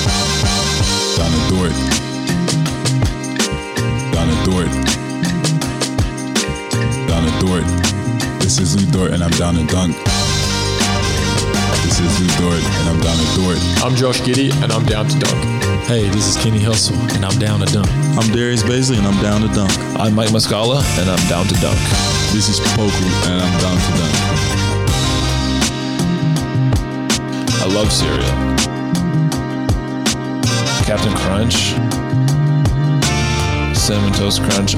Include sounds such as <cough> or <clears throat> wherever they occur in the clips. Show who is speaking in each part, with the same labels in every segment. Speaker 1: Donna Dort. Donna Dort. Donna Dort. This is Lou Dort and I'm Donna Dunk. This is Lou Dort and I'm Donna Dort.
Speaker 2: I'm Josh Giddy, and I'm down to dunk.
Speaker 3: Hey, this is Kenny Hustle, and I'm down to dunk.
Speaker 1: I'm Darius Basley and I'm down to dunk.
Speaker 3: I'm Mike Muscala, and I'm down to dunk.
Speaker 1: This is Poku and I'm down to dunk.
Speaker 3: I love cereal. Captain Crunch, Cinnamon Toast Crunch,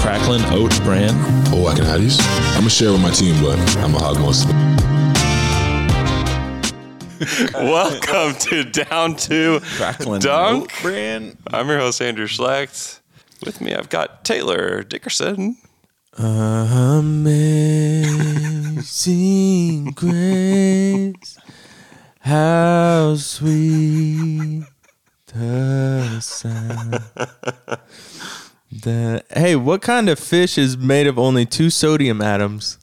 Speaker 3: Cracklin Oat Bran.
Speaker 1: Oh, I can have these? I'm gonna share with my team, but I'm gonna hog most of it.
Speaker 4: <laughs> Welcome to Down to Dunk.
Speaker 5: brand.
Speaker 4: I'm your host, Andrew Schlecht. With me, I've got Taylor Dickerson.
Speaker 5: Amazing <laughs> grace, how sweet the sound. that- hey, what kind of fish is made of only two sodium atoms?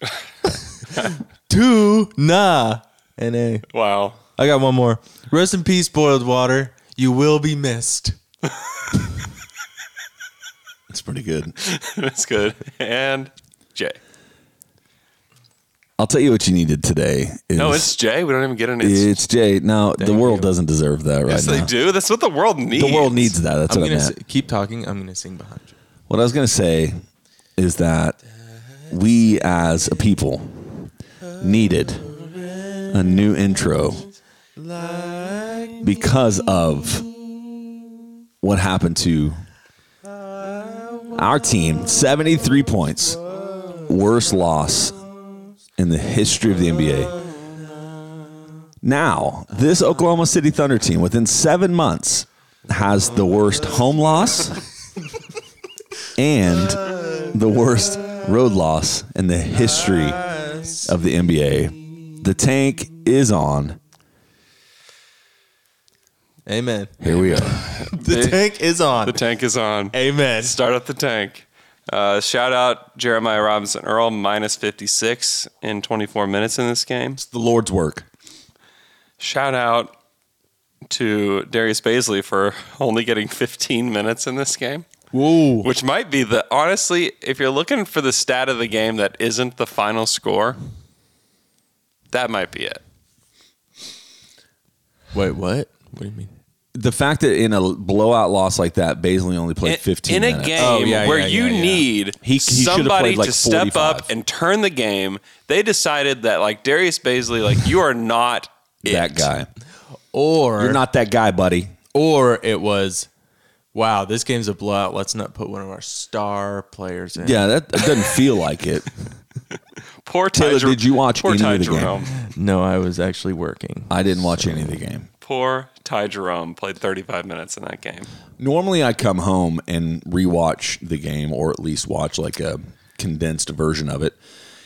Speaker 5: <laughs> two, nah, and a.
Speaker 4: Wow.
Speaker 5: I got one more. Rest in peace, boiled water. You will be missed.
Speaker 1: It's pretty good.
Speaker 4: <laughs> That's good. And Jay.
Speaker 6: I'll tell you what you needed today. Is,
Speaker 4: No, it's Jay. We don't even get an
Speaker 6: it's,
Speaker 4: it's.
Speaker 6: Jay. Now the world doesn't deserve that right
Speaker 4: Yes,
Speaker 6: now.
Speaker 4: they do. That's what the world needs.
Speaker 6: The world needs that. That's
Speaker 5: I'm
Speaker 6: what
Speaker 5: gonna
Speaker 6: I'm
Speaker 5: s-
Speaker 6: at.
Speaker 5: keep talking. I'm gonna sing behind you.
Speaker 6: What I was gonna say is that we as a people needed a new intro because of what happened to our team. Seventy-three points, worst loss in the history of the NBA. Now, this Oklahoma City Thunder team, within seven months, has the worst home loss and the worst road loss in the history of the NBA. The tank is on.
Speaker 5: Amen.
Speaker 6: Here we are.
Speaker 5: The tank is on.
Speaker 4: The tank is on.
Speaker 5: Amen.
Speaker 4: Start up the tank. Uh, shout out Jeremiah Robinson Earl, minus 56 in 24 minutes in this game.
Speaker 6: The Lord's work.
Speaker 4: Shout out to Darius Baisley for <laughs> only getting 15 minutes in this game.
Speaker 5: Whoa.
Speaker 4: Which might be the honestly, if you're looking for the stat of the game that isn't the final score, that might be it.
Speaker 5: Wait, what? What do you mean?
Speaker 6: The fact that in a blowout loss like that, Baisley only played 15
Speaker 4: in
Speaker 6: minutes.
Speaker 4: a game
Speaker 5: Oh, yeah,
Speaker 4: where
Speaker 5: yeah,
Speaker 4: you
Speaker 5: yeah, yeah.
Speaker 4: need
Speaker 6: He- he should've
Speaker 4: somebody
Speaker 6: played, like,
Speaker 4: to step
Speaker 6: 45.
Speaker 4: up and turn the game, they decided that like Darius Baisley, like you are not it.
Speaker 6: <laughs> that guy.
Speaker 5: Or
Speaker 6: You're not that guy, buddy.
Speaker 5: or it was wow, this game's a blowout. Let's not put one of our star players in.
Speaker 6: Yeah, that, that doesn't feel like it.
Speaker 4: Poor Ty
Speaker 6: Taylor,
Speaker 4: Jer-
Speaker 6: did you watch
Speaker 4: poor
Speaker 6: any
Speaker 4: Ty
Speaker 6: of the game?
Speaker 4: Jerome?
Speaker 5: No, I was actually working.
Speaker 6: I didn't watch any of the game.
Speaker 4: Poor Ty Jerome played 35 minutes in that game.
Speaker 6: Normally, I come home and rewatch the game or at least watch like a condensed version of it.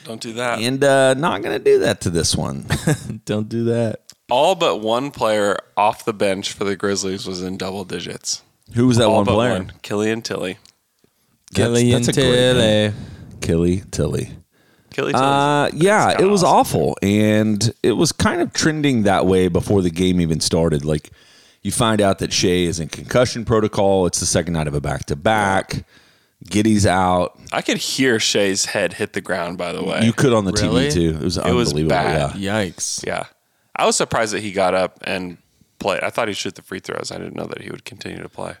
Speaker 4: Don't do that.
Speaker 6: And uh, not going to do that to this one. <laughs>
Speaker 5: Don't do that.
Speaker 4: All but one player off the bench for the Grizzlies was in double digits.
Speaker 6: Who was that
Speaker 4: All
Speaker 6: one
Speaker 4: but
Speaker 6: player?
Speaker 4: one. Killian Tilly.
Speaker 6: That's-
Speaker 5: Kelly
Speaker 6: that's
Speaker 5: and
Speaker 6: a great name.
Speaker 5: Tilly.
Speaker 6: Killy Tilly.
Speaker 4: Killian Tilly.
Speaker 6: Uh, yeah,
Speaker 4: kinda
Speaker 6: it was
Speaker 4: awesome.
Speaker 6: awful, and it was kind of trending that way before the game even started. Like, you find out that Shea is in concussion protocol. It's the second night of a back to back. Giddy's out.
Speaker 4: I could hear Shea's head hit the ground, by the way.
Speaker 6: You could on the
Speaker 5: Really?
Speaker 6: TV too. It was
Speaker 4: was
Speaker 6: unbelievable.
Speaker 4: bad.
Speaker 6: Yeah.
Speaker 5: Yikes.
Speaker 4: yeah. I was surprised that he got up and played. I thought he'd shoot the free throws. I didn't know that he would continue to play.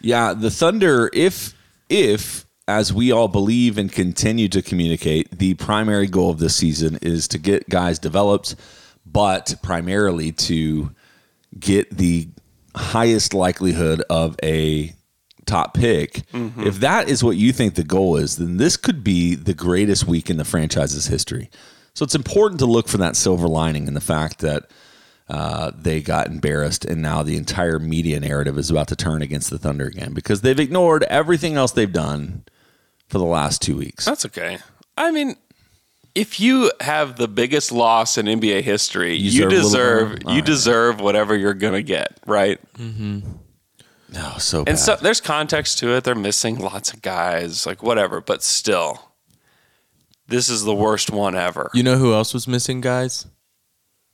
Speaker 6: Yeah, the Thunder, if if as we all believe and continue to communicate, the primary goal of this season is to get guys developed, but primarily to get the highest likelihood of a top pick,
Speaker 4: Mm-hmm.
Speaker 6: if that is what you think the goal is, then this could be the greatest week in the franchise's history. So it's important to look for that silver lining in the fact that uh, they got embarrassed, and now the entire media narrative is about to turn against the Thunder again because they've ignored everything else they've done for the last two weeks.
Speaker 4: That's okay. I mean, if you have the biggest loss in NBA history, you,
Speaker 6: You deserve a little
Speaker 4: deserve
Speaker 6: more? All
Speaker 4: you
Speaker 6: right.
Speaker 4: deserve whatever you're gonna get, right?
Speaker 6: No, so bad.
Speaker 4: And so there's context to it. They're missing lots of guys, like whatever, but still. This is the worst one ever.
Speaker 5: You know who else was missing, guys?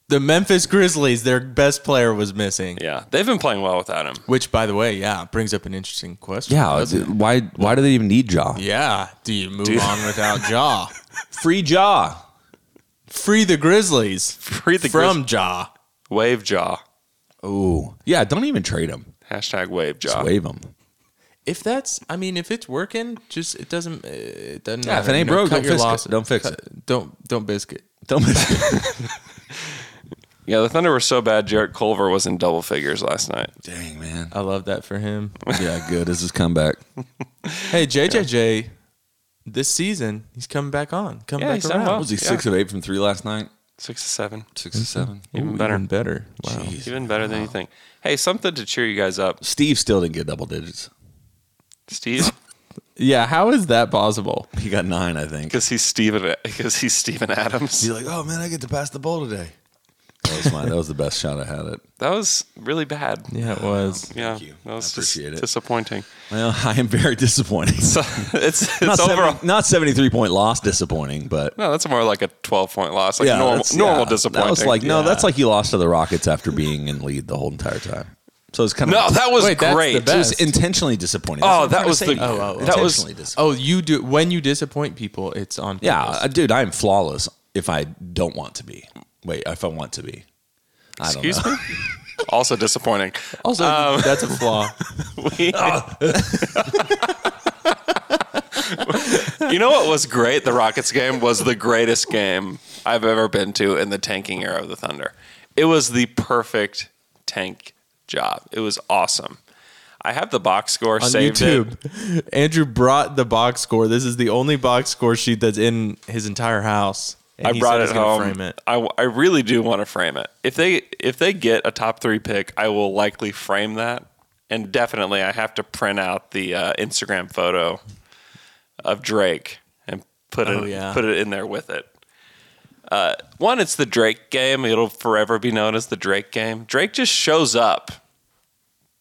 Speaker 5: The Memphis Grizzlies, their best player was missing.
Speaker 4: yeah. They've been playing well without him.
Speaker 5: Which, by the way, yeah, brings up an interesting question.
Speaker 6: yeah,
Speaker 5: doesn't it?
Speaker 6: why why do they even need Jaw?
Speaker 5: yeah. Do you move on without <laughs> Jaw?
Speaker 6: Free Jaw.
Speaker 5: Free the Grizzlies
Speaker 4: Free the
Speaker 5: from Jaw.
Speaker 4: Grizz- wave jaw.
Speaker 6: Ooh, yeah. Don't even trade him.
Speaker 4: Hashtag wave
Speaker 6: Just
Speaker 4: jaw.
Speaker 6: wave him.
Speaker 5: If that's, I mean, if it's working, just it doesn't, uh, it doesn't.
Speaker 6: Yeah, if
Speaker 5: matter,
Speaker 6: it
Speaker 5: you
Speaker 6: ain't
Speaker 5: know,
Speaker 6: broke,
Speaker 5: cut
Speaker 6: don't
Speaker 5: your
Speaker 6: fix it.
Speaker 5: losses.
Speaker 6: Don't fix
Speaker 5: Cut- Don't don't biscuit.
Speaker 6: Don't
Speaker 4: Yeah, the Thunder were so bad Jarrett Culver was in double figures last night.
Speaker 6: Dang man.
Speaker 5: I love that for him.
Speaker 6: <laughs> Yeah, good. This is comeback.
Speaker 4: Oh,
Speaker 5: hey, JJJ, this season he's coming back on. Coming
Speaker 4: Yeah,
Speaker 5: back
Speaker 4: he's done
Speaker 5: around.
Speaker 4: well.
Speaker 6: Was he
Speaker 4: Yeah.
Speaker 6: six of eight from three last night?
Speaker 4: Six to seven.
Speaker 6: Six to seven.
Speaker 4: Even
Speaker 5: Ooh,
Speaker 4: better.
Speaker 5: Even better. Wow.
Speaker 4: Even better than you think. Hey, something to cheer you guys up.
Speaker 6: Steve still didn't get double digits. <laughs>
Speaker 4: Steve,
Speaker 5: Yeah. How is that possible?
Speaker 6: He got nine, I think.
Speaker 4: because he's Steven because he's Steven Adams.
Speaker 6: <laughs> He's like, oh man, I get to pass the ball today. That was mine. That was the best shot I had. It.
Speaker 4: That was really bad.
Speaker 5: Yeah, it was.
Speaker 4: Yeah,
Speaker 6: you.
Speaker 4: that was
Speaker 6: I appreciate
Speaker 4: dis-
Speaker 6: it. <laughs>
Speaker 4: disappointing.
Speaker 6: Well, I am very disappointing. <laughs>
Speaker 4: So it's it's
Speaker 6: Not,
Speaker 4: overall.
Speaker 6: 70 not seventy-three point loss, disappointing, but
Speaker 4: No, that's more like a twelve point loss. Like normal,
Speaker 6: that's-
Speaker 4: normal
Speaker 6: yeah.
Speaker 4: disappointing.
Speaker 6: That was like no,
Speaker 5: Yeah.
Speaker 6: that's like you lost to the Rockets after being in lead the whole entire time. So it's kind of
Speaker 4: no, that was
Speaker 5: Wait, that's the
Speaker 4: great.
Speaker 5: best.
Speaker 6: Just intentionally disappointing.
Speaker 4: Oh,
Speaker 6: That's what I'm
Speaker 4: that
Speaker 6: trying
Speaker 4: was
Speaker 6: to
Speaker 4: the-
Speaker 6: say.
Speaker 4: oh, oh, oh. That was-
Speaker 6: intentionally disappointing.
Speaker 5: Oh, you do when you disappoint people, it's on.
Speaker 6: Yeah,
Speaker 5: purpose.
Speaker 6: uh, dude, I am flawless if I don't want to be. Wait, if I want to be. I don't
Speaker 4: Excuse
Speaker 6: know.
Speaker 4: me. also disappointing.
Speaker 5: Also,
Speaker 4: Um,
Speaker 5: that's a
Speaker 6: <laughs>
Speaker 5: flaw.
Speaker 4: <laughs> We- you know what was great? The Rockets game was the greatest game I've ever been to in the tanking era of the Thunder. It was the perfect tank job. It was awesome. I have the box score
Speaker 5: on
Speaker 4: <laughs> saved. it.
Speaker 5: YouTube. Andrew brought the box score. This is the only box score sheet that's in his entire house. And
Speaker 4: I
Speaker 5: he
Speaker 4: brought
Speaker 5: said
Speaker 4: it
Speaker 5: he's gonna
Speaker 4: home.
Speaker 5: Frame it.
Speaker 4: I, I really do want to frame it. If they if they get a top three pick, I will likely frame that, and definitely I have to print out the uh, Instagram photo of Drake and put it
Speaker 5: yeah.
Speaker 4: put it in there with it. Uh, one, it's the Drake game. It'll forever be known as the Drake game. Drake just shows up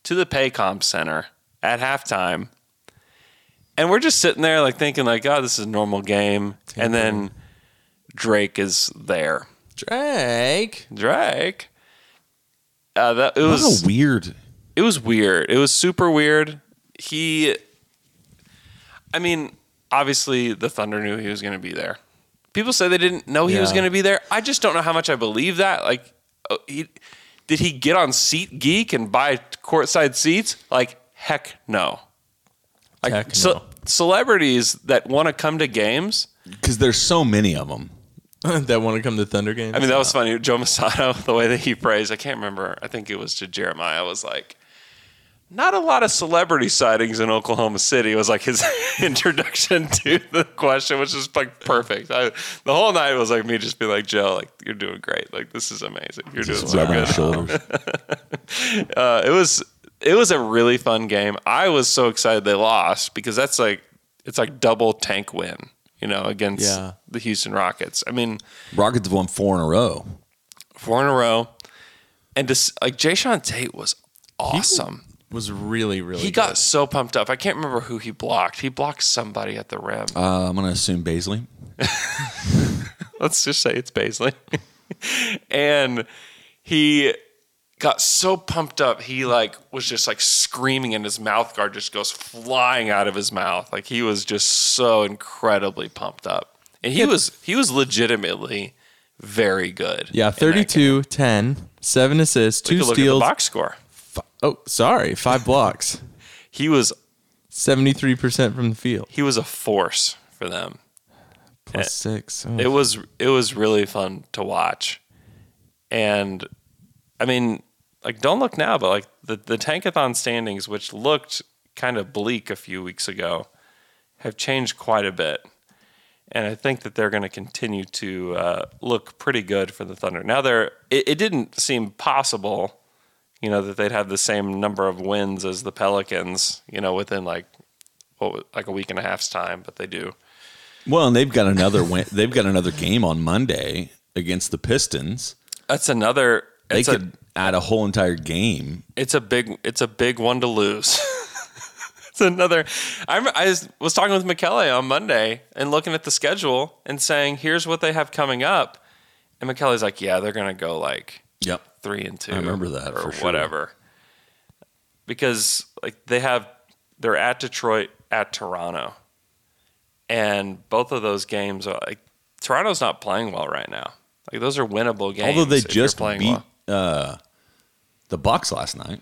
Speaker 4: to the Paycom Center at halftime. And we're just sitting there, like thinking, like, "Oh, this is a normal game." And then Drake is there.
Speaker 5: Drake.
Speaker 4: Drake. Uh, that it
Speaker 6: What
Speaker 4: was
Speaker 6: a weird.
Speaker 4: it was weird. It was super weird. He, I mean, obviously the Thunder knew he was going to be there. People say they didn't know he was
Speaker 5: Yeah.
Speaker 4: going to be there. I just don't know how much I believe that. Like, oh, he did he get on Seat Geek and buy courtside seats? Like, heck no. Like,
Speaker 5: Heck
Speaker 4: ce-
Speaker 5: no.
Speaker 4: celebrities that want to come to games.
Speaker 6: Because there's so many of them.
Speaker 5: <laughs> that want to come to Thunder games.
Speaker 4: I mean, that was funny. Joe Masato, <laughs> the way that he praised, I can't remember. I think it was to Jeremiah, was like, not a lot of celebrity sightings in Oklahoma City was like his <laughs> introduction to the question, which is like perfect. I, the whole night was like me just being like, Joe, like, you're doing great. Like, this is amazing. You're doing so
Speaker 6: Rubbing
Speaker 4: good.
Speaker 6: their shoulders.
Speaker 4: <laughs> Uh, it was it was a really fun game. I was so excited they lost because that's like it's like double tank win, you know, against
Speaker 5: Yeah.
Speaker 4: the Houston Rockets. I mean,
Speaker 6: Rockets have won four in a row.
Speaker 4: four in a row. And just like Jay Sean Tate was awesome.
Speaker 5: was really really.
Speaker 4: He, got so pumped up. I can't remember who he blocked. He blocked somebody at the rim.
Speaker 6: Uh, I'm going to assume Baisley.
Speaker 4: <laughs> Let's just say it's Baisley. <laughs> and he got so pumped up, he like was just like screaming, and his mouth guard just goes flying out of his mouth. Like he was just so incredibly pumped up, and he was he was legitimately very good.
Speaker 5: Yeah,
Speaker 4: in that game.
Speaker 5: 32, 10, 7 assists,
Speaker 4: We
Speaker 5: two
Speaker 4: could look at the
Speaker 5: steals.
Speaker 4: box score.
Speaker 5: Oh, sorry, five blocks,
Speaker 4: He was
Speaker 5: seventy-three percent from the field,
Speaker 4: he was a force for them.
Speaker 5: plus six. Oh.
Speaker 4: Eh. it was it was really fun to watch and i mean like don't look now but like the, the tankathon standings which looked kind of bleak a few weeks ago have changed quite a bit. And I think that they're going to continue to uh, look pretty good for the Thunder. Now, they're, it, it didn't seem possible, you know, that they'd have the same number of wins as the Pelicans, you know, within like what, was- like a week and a half's time, but they do.
Speaker 6: Well, and they've got another win. <laughs> They've got another game on Monday against the Pistons.
Speaker 4: That's another.
Speaker 6: They
Speaker 4: It's,
Speaker 6: could
Speaker 4: a,
Speaker 6: add a whole entire game.
Speaker 4: it's a big. It's a big one to lose. <laughs> it's another. I'm, I was- was talking with Michele on Monday and looking at the schedule and saying, "Here's what they have coming up," and Michele's like, "Yeah, they're gonna go like
Speaker 6: Yep.
Speaker 4: three and two.
Speaker 6: I remember that,
Speaker 4: or
Speaker 6: for sure.
Speaker 4: whatever. Because like they have, they're at Detroit, at Toronto, and both of those games are like Toronto's not playing well right now. Like those are winnable games.
Speaker 6: Although they
Speaker 4: if you're
Speaker 6: just
Speaker 4: playing
Speaker 6: beat
Speaker 4: well.
Speaker 6: uh, the Bucks last night.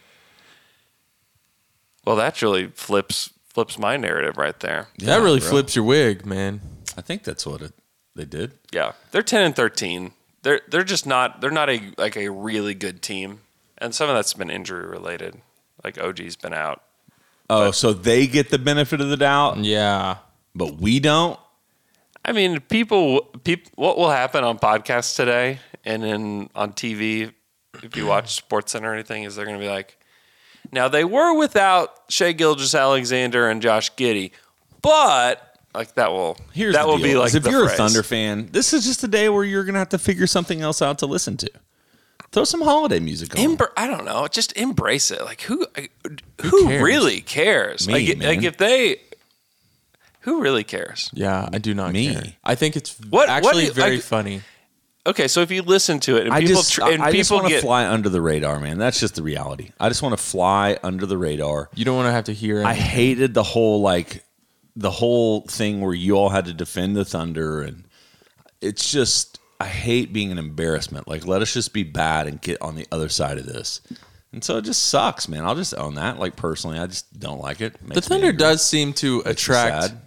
Speaker 4: Well, that really flips flips my narrative right there.
Speaker 6: Yeah,
Speaker 5: that really
Speaker 6: bro.
Speaker 5: flips your wig, man.
Speaker 6: I think that's what it, they did.
Speaker 4: Yeah, they're ten and thirteen. They're they're just not they're not a like a really good team, and some of that's been injury related. Like OG's been out.
Speaker 6: Oh, so they get the benefit of the doubt,
Speaker 5: Yeah.
Speaker 6: but we don't.
Speaker 4: I mean, people people what will happen on podcasts today and in on TV if you
Speaker 6: <clears throat>
Speaker 4: watch Sports Center or anything is they're going to be like, now they were without Shea Gilgis Alexander and Josh Giddy, but like that will
Speaker 6: Here's
Speaker 4: that
Speaker 6: the
Speaker 4: will
Speaker 6: deal,
Speaker 4: be
Speaker 6: is
Speaker 4: like
Speaker 6: if
Speaker 4: the
Speaker 6: you're a
Speaker 4: phrase.
Speaker 6: Thunder fan, this is just a day where you're gonna have to figure something else out to listen to. Throw some holiday music on.
Speaker 4: Embr- I don't know. Just embrace it. Like who? Who,
Speaker 5: cares?
Speaker 4: really cares?
Speaker 6: Me,
Speaker 4: like,
Speaker 6: man.
Speaker 4: like if they, who really cares?
Speaker 5: Yeah, I do not
Speaker 6: Me.
Speaker 5: care. I think it's
Speaker 4: What- what
Speaker 5: actually
Speaker 4: do you-
Speaker 5: very
Speaker 4: I-
Speaker 5: funny.
Speaker 4: Okay, so if you listen to it and
Speaker 6: I
Speaker 4: people
Speaker 6: just,
Speaker 4: tr-
Speaker 6: I-
Speaker 4: and
Speaker 6: I just
Speaker 4: people
Speaker 6: want to
Speaker 4: get
Speaker 6: fly under the radar, man. That's just the reality. I just want to fly under the radar.
Speaker 5: You don't want to have to hear it.
Speaker 6: I hated the whole like the whole thing where you all had to defend the Thunder, and it's just I hate being an embarrassment. Like, let us just be bad and get on the other side of this. And so it just sucks, man. I'll just own that. Like personally, I just don't like it.
Speaker 5: the
Speaker 6: Makes me
Speaker 5: Thunder
Speaker 6: angry.
Speaker 5: does seem to
Speaker 6: me
Speaker 5: attract,
Speaker 6: sad.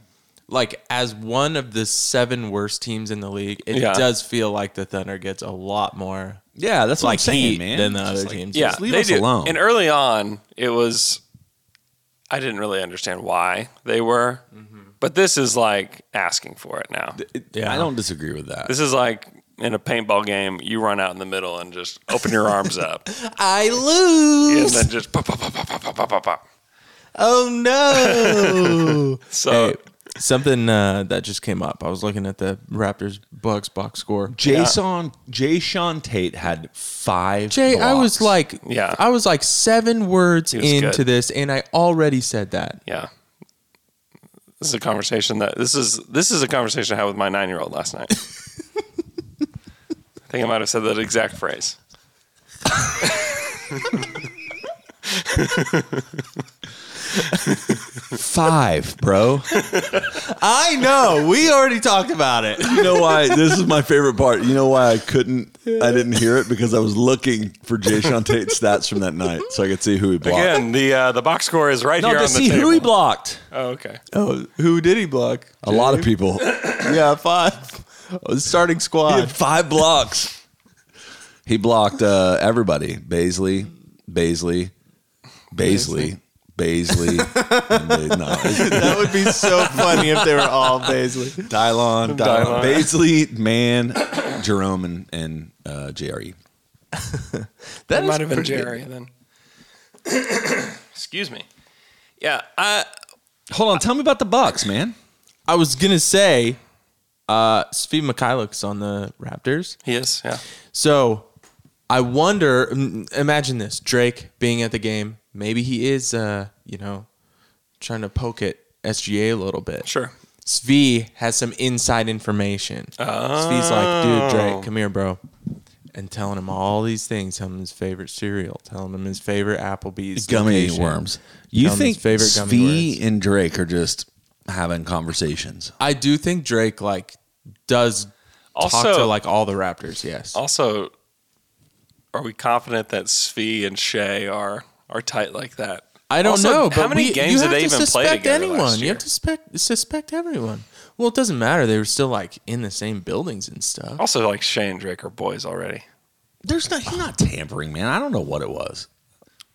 Speaker 5: like, as one of the seven worst teams in the league, it
Speaker 4: Yeah.
Speaker 5: does feel like the Thunder gets a lot more
Speaker 6: Yeah, that's what I'm
Speaker 5: like
Speaker 6: saying,
Speaker 5: heat
Speaker 6: man.
Speaker 5: than the
Speaker 6: Just
Speaker 5: other
Speaker 6: like-
Speaker 5: teams.
Speaker 4: yeah,
Speaker 6: Just leave
Speaker 4: they
Speaker 6: us
Speaker 4: do.
Speaker 6: alone.
Speaker 4: And early on, it was I didn't really understand why they were,
Speaker 6: Mm-hmm.
Speaker 4: but this is like asking for it now.
Speaker 6: I don't disagree with that.
Speaker 4: This is like in a paintball game, you run out in the middle and just open your arms
Speaker 6: <laughs>
Speaker 4: up,
Speaker 5: I
Speaker 4: and
Speaker 5: lose.
Speaker 4: then just pop, pop, pop, pop, pop, pop, pop, pop, pop.
Speaker 5: Oh
Speaker 6: <laughs>
Speaker 5: no!
Speaker 4: So
Speaker 5: Something uh, that just came up. I was looking at the Raptors Bucks box score.
Speaker 6: Jason Jay Sean Tate had five.
Speaker 5: Jay, I was
Speaker 6: blocks.
Speaker 5: like,
Speaker 4: Yeah.
Speaker 5: I was like seven words
Speaker 4: was
Speaker 5: into
Speaker 4: good.
Speaker 5: this, and I already said that.
Speaker 4: yeah this is a conversation that this is this is a conversation i had with my nine year old last night i think i might have said that exact phrase
Speaker 6: five, bro.
Speaker 5: I know. We already talked about it.
Speaker 6: you know why this is my favorite part you know why i couldn't i didn't hear it because i was looking for jay sean tate's stats from that night so i could see who he blocked
Speaker 4: again the uh, the box score is right
Speaker 6: no
Speaker 4: here on
Speaker 6: to
Speaker 4: the
Speaker 6: see
Speaker 4: table
Speaker 6: who he blocked
Speaker 4: oh, okay
Speaker 5: Oh, who did he block?
Speaker 6: a lot of people
Speaker 5: <laughs> Yeah, five. Oh, the starting
Speaker 6: he had
Speaker 5: squad.
Speaker 6: five blocks he blocked uh, everybody Baisley, Baisley, Baisley, Baisley, and Ba- no,
Speaker 5: <laughs> that would be so funny if they were all Baisley.
Speaker 6: Dylon, Dylon,
Speaker 4: Dylon.
Speaker 6: Baisley, Man, Jerome, and, and uh, JRE.
Speaker 5: That
Speaker 4: might have been jerry then <coughs> excuse me yeah i
Speaker 6: Hold on, tell me about the Bucks, man.
Speaker 5: I was gonna say, uh, Steve Mikhailik's on the Raptors.
Speaker 4: he is yeah
Speaker 5: So I wonder. m- Imagine this: Drake being at the game. Maybe he is, uh, you know, trying to poke at SGA a little bit.
Speaker 4: sure
Speaker 5: Svi has some inside information. Svi's like, dude, Drake, come here, bro. And telling him all these things, telling him his favorite cereal, telling him his favorite Applebee's
Speaker 6: gummy
Speaker 5: location.
Speaker 6: worms. You
Speaker 5: Tell him his
Speaker 6: think
Speaker 5: favorite gummy
Speaker 6: Svi
Speaker 5: worms.
Speaker 6: and Drake are just having conversations?
Speaker 5: I do think Drake like does
Speaker 4: Also-
Speaker 5: talk to like all the Raptors. Yes,
Speaker 4: also are we confident that Svi and Shay are are tight like that
Speaker 5: I don't
Speaker 4: Also,
Speaker 5: know. But
Speaker 4: how many
Speaker 5: we,
Speaker 4: games
Speaker 5: you
Speaker 4: did
Speaker 5: have
Speaker 4: they
Speaker 5: to
Speaker 4: even play
Speaker 5: suspect
Speaker 4: together last
Speaker 5: Anyone? You
Speaker 4: year?
Speaker 5: have to suspect suspect everyone. Well, it doesn't matter. They were still like in the same buildings and stuff.
Speaker 4: also like Shay and drake are boys already
Speaker 6: There's not he's
Speaker 3: Hmm.
Speaker 6: not tampering, man. I don't know what it was.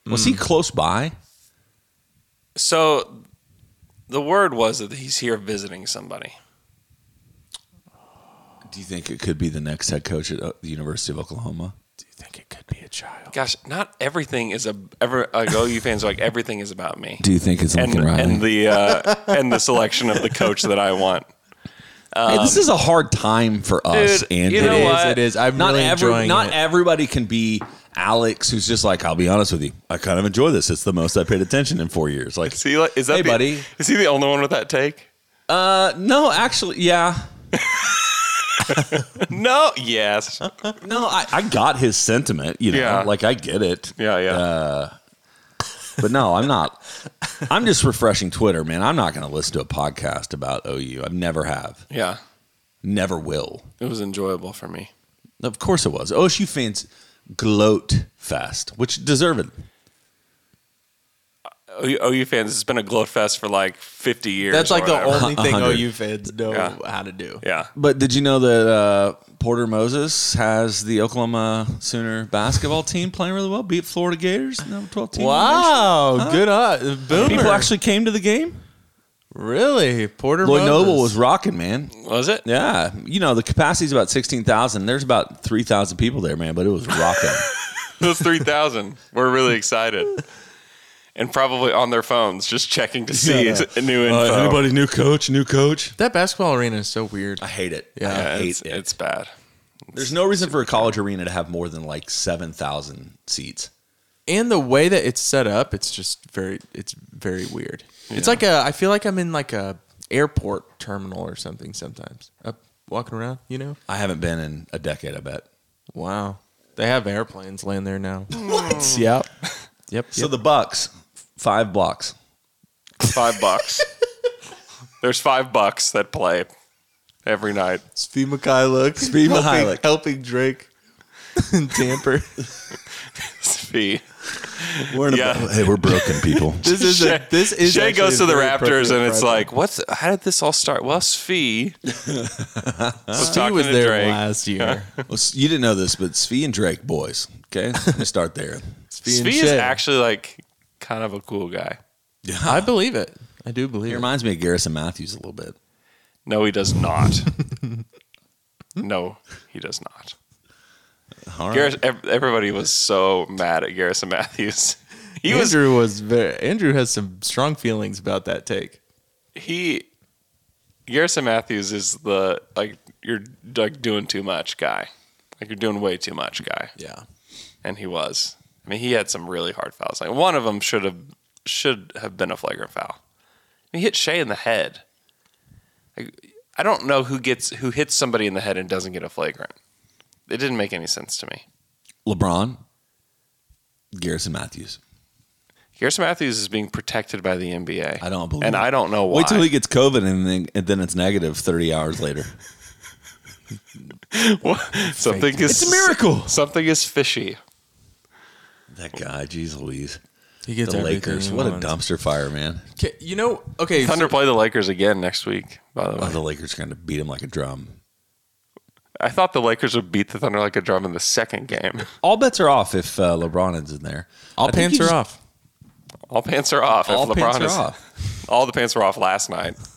Speaker 6: Was he close by?
Speaker 4: So the word was that he's here visiting somebody.
Speaker 3: Do you think it could be the next head coach at uh, the University of Oklahoma? Do you think it could be a child?
Speaker 4: Gosh, not everything is a ever like OU fans are like everything is about me.
Speaker 3: Do you think it's
Speaker 4: and
Speaker 3: Lincoln Riley?
Speaker 4: and the uh, and the selection of the coach that I want.
Speaker 3: Hey, this is a hard time for us,
Speaker 4: dude,
Speaker 3: Andy.
Speaker 4: you know
Speaker 3: It is.
Speaker 4: what?
Speaker 5: It is. I'm
Speaker 3: not
Speaker 5: really
Speaker 3: every,
Speaker 5: enjoying
Speaker 3: not
Speaker 5: it.
Speaker 3: everybody can be Alex, who's just like, I'll be honest with you, I kind of enjoy this. It's the most I paid attention in four years. Like,
Speaker 4: Is he like, is that
Speaker 3: Hey,
Speaker 4: the-
Speaker 3: buddy.
Speaker 4: Is he the only one with that take?
Speaker 3: uh, no, actually, yeah,
Speaker 4: No. Yes.
Speaker 3: no, I, I got his sentiment. You know,
Speaker 4: Yeah.
Speaker 3: like I get it.
Speaker 4: Yeah. Yeah.
Speaker 5: Uh.
Speaker 3: But no, I'm not. I'm just refreshing Twitter, man. I'm not going to listen to a podcast about OU. I never have,
Speaker 4: yeah.
Speaker 3: never will.
Speaker 4: It was enjoyable for me.
Speaker 3: Of course it was. OSU fans gloat fest, which deserved.
Speaker 4: OU, OU fans, it's been a glow fest for like 50 years.
Speaker 5: That's like
Speaker 4: or
Speaker 5: the
Speaker 4: whatever.
Speaker 5: only thing
Speaker 3: 100.
Speaker 5: OU fans know
Speaker 4: Yeah.
Speaker 5: how to do.
Speaker 4: <laughs> Yeah.
Speaker 3: But did you know that uh, Porter Moses has the Oklahoma Sooner basketball <laughs> team playing really well? Beat Florida Gators, number 12 team. in the
Speaker 5: Wow, good on
Speaker 3: nation.
Speaker 5: boomer.
Speaker 3: People actually came to the game.
Speaker 5: really Porter
Speaker 3: Lloyd
Speaker 5: Moses.
Speaker 3: Noble was rocking, man.
Speaker 4: Was it?
Speaker 3: Yeah. You know, the capacity's about 16,000. There's about 3,000 people there, man, but it was
Speaker 5: <laughs>
Speaker 3: rocking.
Speaker 4: Those 3,000 were really excited. And probably on their phones, just checking to see
Speaker 3: Yeah.
Speaker 4: is- <laughs>
Speaker 5: Uh,
Speaker 4: new info.
Speaker 3: Uh, new coach? New coach?
Speaker 5: that basketball arena is so weird.
Speaker 3: I hate it.
Speaker 5: Yeah,
Speaker 3: I
Speaker 4: Yeah,
Speaker 3: hate
Speaker 4: it's,
Speaker 3: it.
Speaker 4: it's bad.
Speaker 3: There's no reason for a college arena to have more than like 7,000 seats.
Speaker 5: and the way that it's set up, it's just very it's very weird. It's like a I feel like I'm in like a airport terminal or something sometimes. Up walking around, you know?
Speaker 3: I haven't been in a decade, I bet.
Speaker 5: Wow. They have airplanes land there now. what? Yep. Yep.
Speaker 3: So the Bucks, five blocks.
Speaker 4: Five bucks. There's five bucks that play every night.
Speaker 5: Speed Mikhailuk.
Speaker 3: Speed Helping- Mikhailuk.
Speaker 5: Helping Drake. and Tamper.
Speaker 4: It's fee.
Speaker 3: We're in a-
Speaker 4: <laughs> Yeah.
Speaker 3: hey, we're broken people.
Speaker 5: This is a, this is
Speaker 4: Shay
Speaker 5: actually
Speaker 4: goes to
Speaker 5: a
Speaker 4: the
Speaker 5: very
Speaker 4: Raptors
Speaker 5: appropriate
Speaker 4: and it's
Speaker 5: project.
Speaker 4: like, what's how did this all start? Well,
Speaker 5: <laughs>
Speaker 4: Sfee was
Speaker 5: he
Speaker 4: talking
Speaker 5: was
Speaker 4: to
Speaker 5: there
Speaker 4: Drake.
Speaker 5: last year.
Speaker 3: <laughs> Well, s- you didn't know this, but Svi and Drake boys. Okay, let me start <laughs> there.
Speaker 5: Speed and
Speaker 4: Sfee is
Speaker 5: Shay.
Speaker 4: actually like kind of a cool guy.
Speaker 5: I believe it. I do believe
Speaker 3: He
Speaker 5: it.
Speaker 3: reminds me of Garrison Matthews a little bit.
Speaker 4: No, he
Speaker 3: <laughs>
Speaker 4: does not. no, he does not.
Speaker 3: All right.
Speaker 4: Garris, ev- everybody was so mad at Garrison Matthews. He was
Speaker 5: Andrew was very, Andrew has some strong feelings about that take.
Speaker 4: he Garrison Matthews is the like you're like doing too much guy. Like you're doing way too much guy.
Speaker 5: Yeah.
Speaker 4: And he was. I mean, he had some really hard fouls. Like one of them should have should have been a flagrant foul. He hit Shea in the head. Like, I don't know who gets who hits somebody in the head and doesn't get a flagrant. It didn't make any sense to me.
Speaker 3: LeBron, Garrison Matthews.
Speaker 4: Garrison Matthews is being protected by the NBA.
Speaker 3: I don't believe
Speaker 4: and
Speaker 3: it.
Speaker 4: I don't know why.
Speaker 3: Wait till he gets COVID and then, and then it's negative thirty hours later.
Speaker 4: <laughs> something is
Speaker 3: It's a miracle.
Speaker 4: <laughs> Something is fishy.
Speaker 3: That guy, jeez Louise,
Speaker 5: He gets
Speaker 3: the
Speaker 5: everything
Speaker 3: Lakers.
Speaker 5: he
Speaker 3: What a
Speaker 5: wants.
Speaker 3: dumpster fire, man.
Speaker 5: K- You know, okay.
Speaker 4: Thunder play the Lakers again next week. By the
Speaker 3: Oh,
Speaker 4: way,
Speaker 3: the Lakers kind of beat him like a drum.
Speaker 4: I thought the Lakers would beat the Thunder like a drum in the second game.
Speaker 3: <laughs> All bets are off if uh, LeBron is in there.
Speaker 5: all
Speaker 3: I think
Speaker 5: pants
Speaker 3: you
Speaker 5: are
Speaker 3: just-
Speaker 5: off.
Speaker 4: All pants are off.
Speaker 3: All
Speaker 4: if LeBron
Speaker 3: pants are
Speaker 4: is,
Speaker 3: off.
Speaker 4: All the pants were off last night.
Speaker 5: <laughs>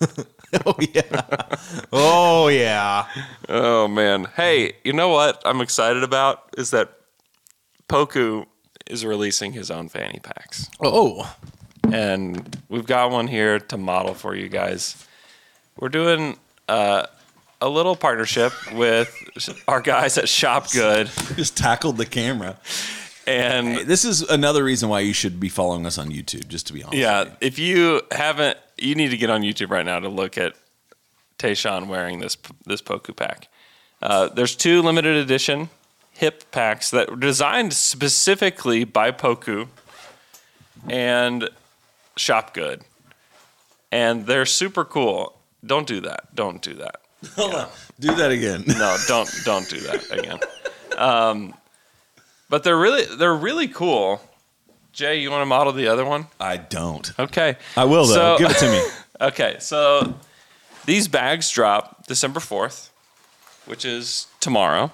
Speaker 5: Oh yeah. oh yeah.
Speaker 4: Oh man. Hey, you know what I'm excited about is that Poku is releasing his own fanny packs.
Speaker 5: Oh,
Speaker 4: And we've got one here to model for you guys. We're doing uh, a little partnership with our guys at Shop Good
Speaker 3: Just tackled the camera.
Speaker 4: and
Speaker 3: This is another reason why you should be following us on YouTube. Just to be honest.
Speaker 4: Yeah, if you haven't, you need to get on YouTube right now to look at Tayshawn wearing this this Poku pack. Uh, there's two limited edition hip packs that were designed specifically by Poku and Shop Good, and they're super cool. Don't do that. Don't do that.
Speaker 3: Do that again. <laughs>
Speaker 4: No, don't don't do that again. Um, but they're really they're really cool. Jay, you want to model the other one?
Speaker 3: I don't.
Speaker 4: Okay.
Speaker 3: I will though.
Speaker 4: So-
Speaker 3: Give it
Speaker 4: <laughs>
Speaker 3: to me.
Speaker 4: Okay, so these bags drop December 4th, which is tomorrow.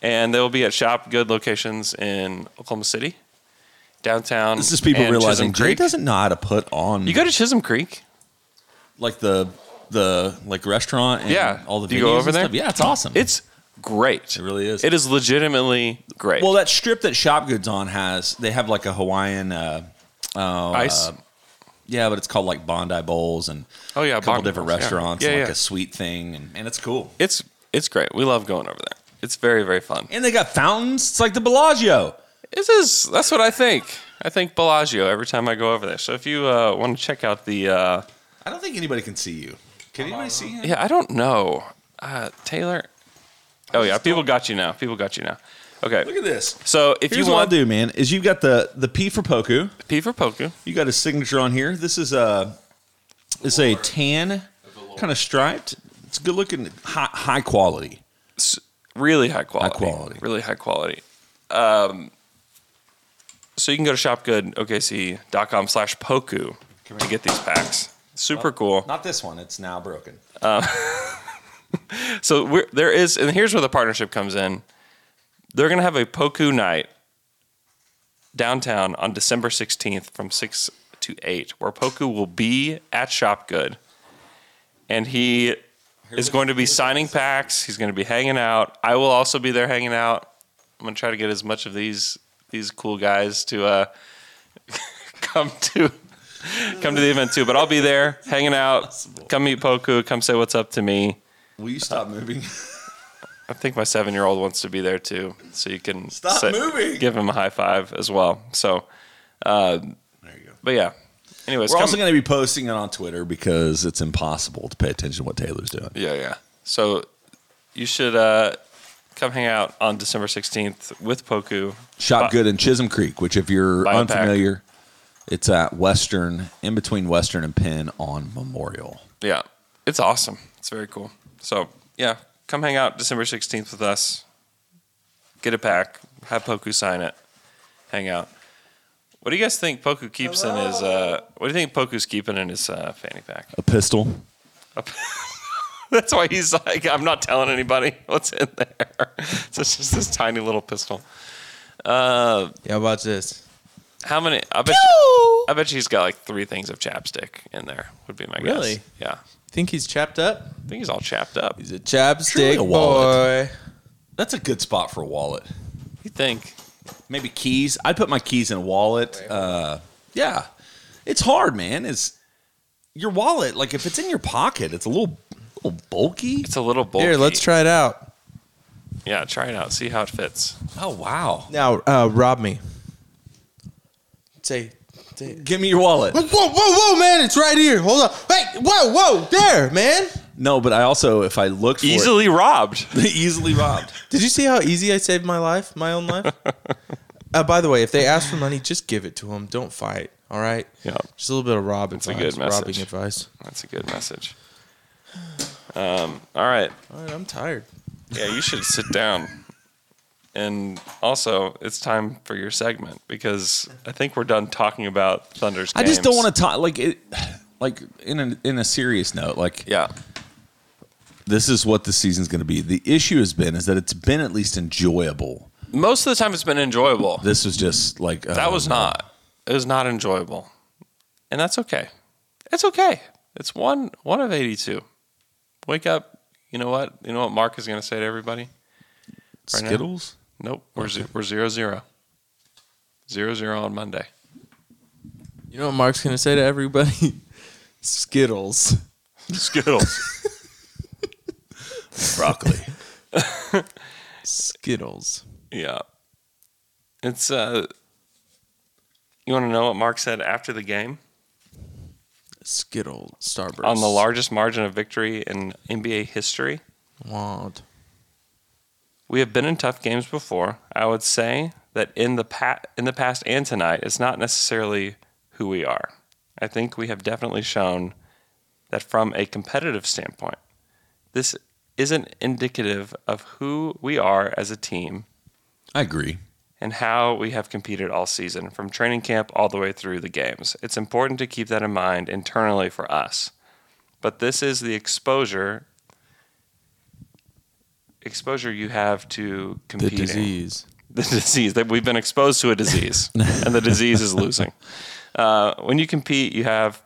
Speaker 4: And they will be at Shop Good locations in Oklahoma City downtown.
Speaker 3: This is people
Speaker 4: and
Speaker 3: realizing
Speaker 4: Chisholm
Speaker 3: Jay
Speaker 4: Creek.
Speaker 3: doesn't know how to put on
Speaker 4: You go to Chisholm Creek.
Speaker 3: like the the like restaurant and
Speaker 4: Yeah.
Speaker 3: all the
Speaker 4: Do you go
Speaker 3: venues
Speaker 4: over
Speaker 3: and
Speaker 4: there?
Speaker 3: stuff. Yeah, it's awesome.
Speaker 4: It's great.
Speaker 3: It really is.
Speaker 4: It is legitimately great.
Speaker 3: well that strip that Shopgood's on has they have like a Hawaiian uh
Speaker 4: ice.
Speaker 3: yeah, but it's called like Bondi Bowls and
Speaker 4: Oh, yeah,
Speaker 3: a couple
Speaker 4: Bondi
Speaker 3: different
Speaker 4: Bowls, yeah.
Speaker 3: restaurants
Speaker 4: Yeah,
Speaker 3: and like
Speaker 4: yeah.
Speaker 3: a sweet thing and, and it's cool.
Speaker 4: it's it's great. We love going over there. It's very very fun.
Speaker 3: And they got fountains. It's like the Bellagio.
Speaker 4: This is that's what I think. I think Bellagio every time I go over there. So if you uh, want to check out the uh,
Speaker 3: I don't think anybody can see you. Can anybody see him?
Speaker 4: yeah, I don't know uh, Taylor. Oh yeah, people got you now. People got you now. Okay.
Speaker 3: Look at this.
Speaker 4: So if
Speaker 3: Here's
Speaker 4: you
Speaker 3: what I'll
Speaker 4: want
Speaker 3: do, man, is you've got the the P for Poku.
Speaker 4: P for Poku,
Speaker 3: You got his signature on here. This is a it's a tan kind of striped. It's good looking, high, high quality.
Speaker 4: it's really high quality.
Speaker 3: quality.
Speaker 4: Really high quality. Um, so you can go to shopgoodokc.com slash Poku to get these packs. Super cool.
Speaker 3: Not this one. It's now broken.
Speaker 4: So we're, there is, and here's where the partnership comes in. They're going to have a Poku night downtown on December 16th from 6 to 8, where Poku will be at Shopgood. And he is going to be signing packs. He's going to be hanging out. I will also be there hanging out. I'm going to try to get as much of these these cool guys to uh, <laughs> come to come to the event too. But I'll be there hanging out. Come meet Poku. Come say what's up to me.
Speaker 3: Will you stop moving?
Speaker 4: I think my seven year old wants to be there too, so you can
Speaker 3: Stop moving.
Speaker 4: Give him a high five as well. So, uh,
Speaker 3: there you go.
Speaker 4: but yeah. Anyways,
Speaker 3: We're
Speaker 4: come-
Speaker 3: also going to be posting it on Twitter because it's impossible to pay attention to what Taylor's doing.
Speaker 4: yeah, yeah. So you should uh, come hang out on December sixteenth with Poku.
Speaker 3: Shop Good in Chisholm Creek, which if you're
Speaker 4: Buy a pack.
Speaker 3: unfamiliar, it's at Western, in between Western and Penn on Memorial.
Speaker 4: Yeah, it's awesome. It's very cool. So yeah, come hang out December sixteenth with us. Get a pack. Have Poku sign it. Hang out. What do you guys think Poku keeps in his? Uh, what do you think Poku's keeping in his uh, fanny pack?
Speaker 3: A pistol.
Speaker 4: <laughs> That's why he's like, I'm not telling anybody what's in there. <laughs> So it's just this tiny little pistol.
Speaker 5: Yeah, watch this.
Speaker 4: How many? I bet. You, I bet she's got like three things of chapstick in there. Would be my guess.
Speaker 5: Really?
Speaker 4: Yeah.
Speaker 5: Think he's chapped up?
Speaker 4: I think he's all chapped up.
Speaker 5: He's a chapstick
Speaker 3: Surely a wallet.
Speaker 5: boy.
Speaker 3: That's a good spot for a wallet.
Speaker 4: You think?
Speaker 3: Maybe keys. I'd put my keys in a wallet. Uh, yeah, it's hard, man. It's your wallet. Like if it's in your pocket, it's a little, little bulky.
Speaker 4: It's a little bulky.
Speaker 5: Here, let's try it out.
Speaker 4: Yeah, try it out. See how it fits.
Speaker 3: Oh wow!
Speaker 5: Now, uh, rob me. Say, say.
Speaker 3: Give me your wallet.
Speaker 5: Whoa, whoa, whoa, man! It's right here. Hold on. Hey, whoa, whoa, there, man.
Speaker 3: No, but I also, if I look for it-
Speaker 4: Easily robbed.
Speaker 3: <laughs> easily robbed.
Speaker 5: Did you see how easy I saved my life, my
Speaker 4: <laughs>
Speaker 5: own life? uh, by the way, if they ask for money, just give it to them. Don't fight. All right.
Speaker 4: Yeah.
Speaker 5: Just a little bit of rob
Speaker 4: a
Speaker 5: advice,
Speaker 4: good message.
Speaker 5: robbing advice.
Speaker 4: That's a good message. Um, all right.
Speaker 5: All right, I'm tired.
Speaker 4: Yeah, you should sit down. And also, it's time for your segment because I think we're done talking about Thunder's.
Speaker 3: I just don't
Speaker 4: games.
Speaker 3: want to talk like it. Like in a, in a serious note, like
Speaker 4: Yeah.
Speaker 3: this is what the season's going to be. The issue has been is that it's been at least enjoyable.
Speaker 4: Most of the time, it's been enjoyable.
Speaker 3: This was just like uh,
Speaker 4: That was not. It was not enjoyable, and that's okay. It's okay. It's one one of eighty two. Wake up. You know what? You know what Mark is going to say to everybody. right now?
Speaker 3: Skittles.
Speaker 4: Nope. We're ze- we're zero zero. Zero zero on Monday.
Speaker 5: You know what Mark's gonna say to everybody? <laughs> Skittles.
Speaker 4: Skittles.
Speaker 3: Broccoli.
Speaker 5: Skittles.
Speaker 4: <laughs> yeah. It's uh. You want to know what Mark said after the game
Speaker 5: Skittle Starburst.
Speaker 4: on the largest margin of victory in NBA history?
Speaker 5: Wand.
Speaker 4: We have been in tough games before. I would say that in the pa- in the past and tonight, it's not necessarily who we are. I think we have definitely shown that from a competitive standpoint, this isn't indicative of who we are as a team
Speaker 3: I agree.
Speaker 4: and how we have competed all season, from training camp all the way through the games. It's important to keep that in mind internally for us. But this is the exposure exposure you have to
Speaker 5: The
Speaker 4: competing
Speaker 5: disease.
Speaker 4: the <laughs> disease that we've been exposed to a disease, and the disease is losing. Uh, when you compete, you have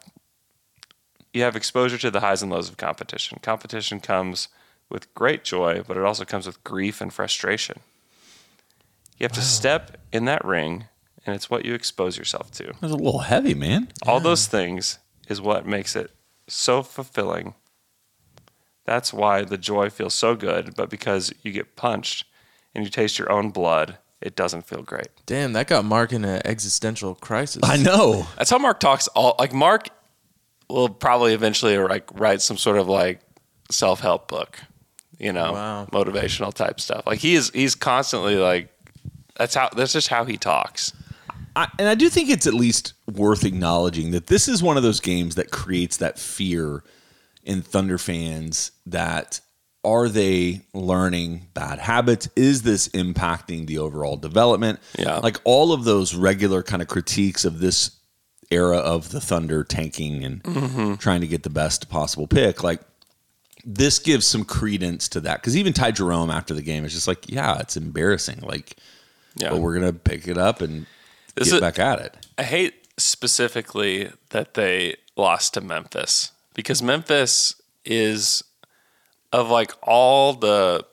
Speaker 4: you have exposure to the highs and lows of competition. Competition comes with great joy, but it also comes with grief and frustration. You have to step in that ring, and it's what you expose yourself to.
Speaker 3: That's a little heavy, man.
Speaker 4: All those things is what makes it so fulfilling. That's why the joy feels so good, but because you get punched and you taste your own blood, it doesn't feel great.
Speaker 5: Damn, that got Mark in an existential crisis.
Speaker 3: I know.
Speaker 4: That's how Mark talks. All like Mark will probably eventually like write some sort of like self help book, you know,
Speaker 5: Wow.
Speaker 4: motivational type stuff. Like he is he's constantly like that's how that's just how he talks.
Speaker 3: I, and I do think it's at least worth acknowledging that this is one of those games that creates that fear in Thunder fans that are they learning bad habits? Is this impacting the overall development?
Speaker 4: Yeah.
Speaker 3: Like all of those regular kind of critiques of this era of the Thunder tanking and
Speaker 4: Mm-hmm.
Speaker 3: trying to get the best possible pick. Like this gives some credence to that. Cause even Ty Jerome after the game is just like, yeah, it's embarrassing. Like,
Speaker 4: Yeah.
Speaker 3: but we're going to pick it up and
Speaker 4: This
Speaker 3: get
Speaker 4: is-
Speaker 3: back at it.
Speaker 4: I hate specifically that they lost to Memphis because Memphis is of like all the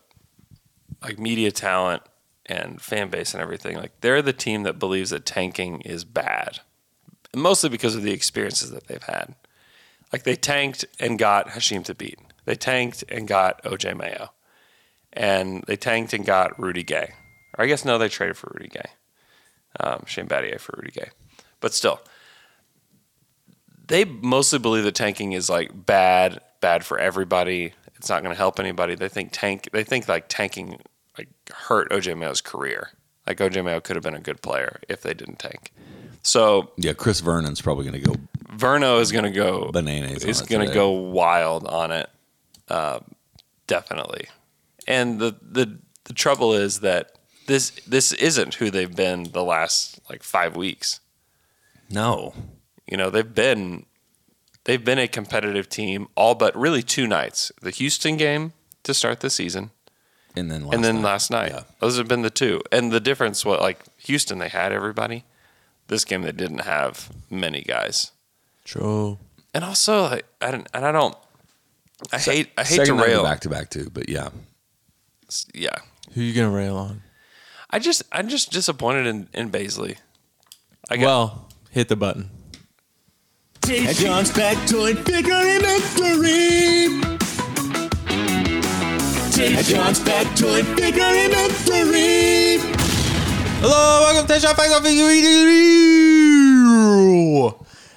Speaker 4: like media talent and fan base and everything. Like they're the team that believes that tanking is bad, mostly because of the experiences that they've had. Like they tanked and got Hashim to beat. They tanked and got OJ Mayo, and they tanked and got Rudy Gay. Or I guess no, they traded for Rudy Gay um, Shane Battier for Rudy Gay. But still, they mostly believe that tanking is like bad, bad for everybody. It's not going to help anybody. They think tank. They think like tanking like hurt OJ Mayo's career. Like OJ Mayo could have been a good player if they didn't tank. So
Speaker 3: Yeah, Chris Vernon's probably going to go
Speaker 4: Verno is going to go
Speaker 3: Bananas on
Speaker 4: Is
Speaker 3: it
Speaker 4: going to
Speaker 3: today.
Speaker 4: go wild on it, uh, definitely. And the, the the trouble is that this this isn't who they've been the last like five weeks.
Speaker 3: no.
Speaker 4: You know, they've been they've been a competitive team all but really two nights. The Houston game to start the season
Speaker 3: And then last
Speaker 4: and then
Speaker 3: night.
Speaker 4: last night.
Speaker 3: Yeah.
Speaker 4: Those have been the two. And the difference what like Houston they had everybody. This game they didn't have many guys.
Speaker 5: True.
Speaker 4: And also like, I don't and I don't I hate I hate to
Speaker 3: Second night
Speaker 4: rail.
Speaker 3: back to back too, but yeah,
Speaker 4: Yeah.
Speaker 5: Who you gonna rail on?
Speaker 4: I just I'm just disappointed in in Baisley. I got,
Speaker 5: Well, hit the button.
Speaker 7: John's back toy bigger inventory. John's back toy bigger inventory.
Speaker 5: Hello, welcome to Shop Facts Office.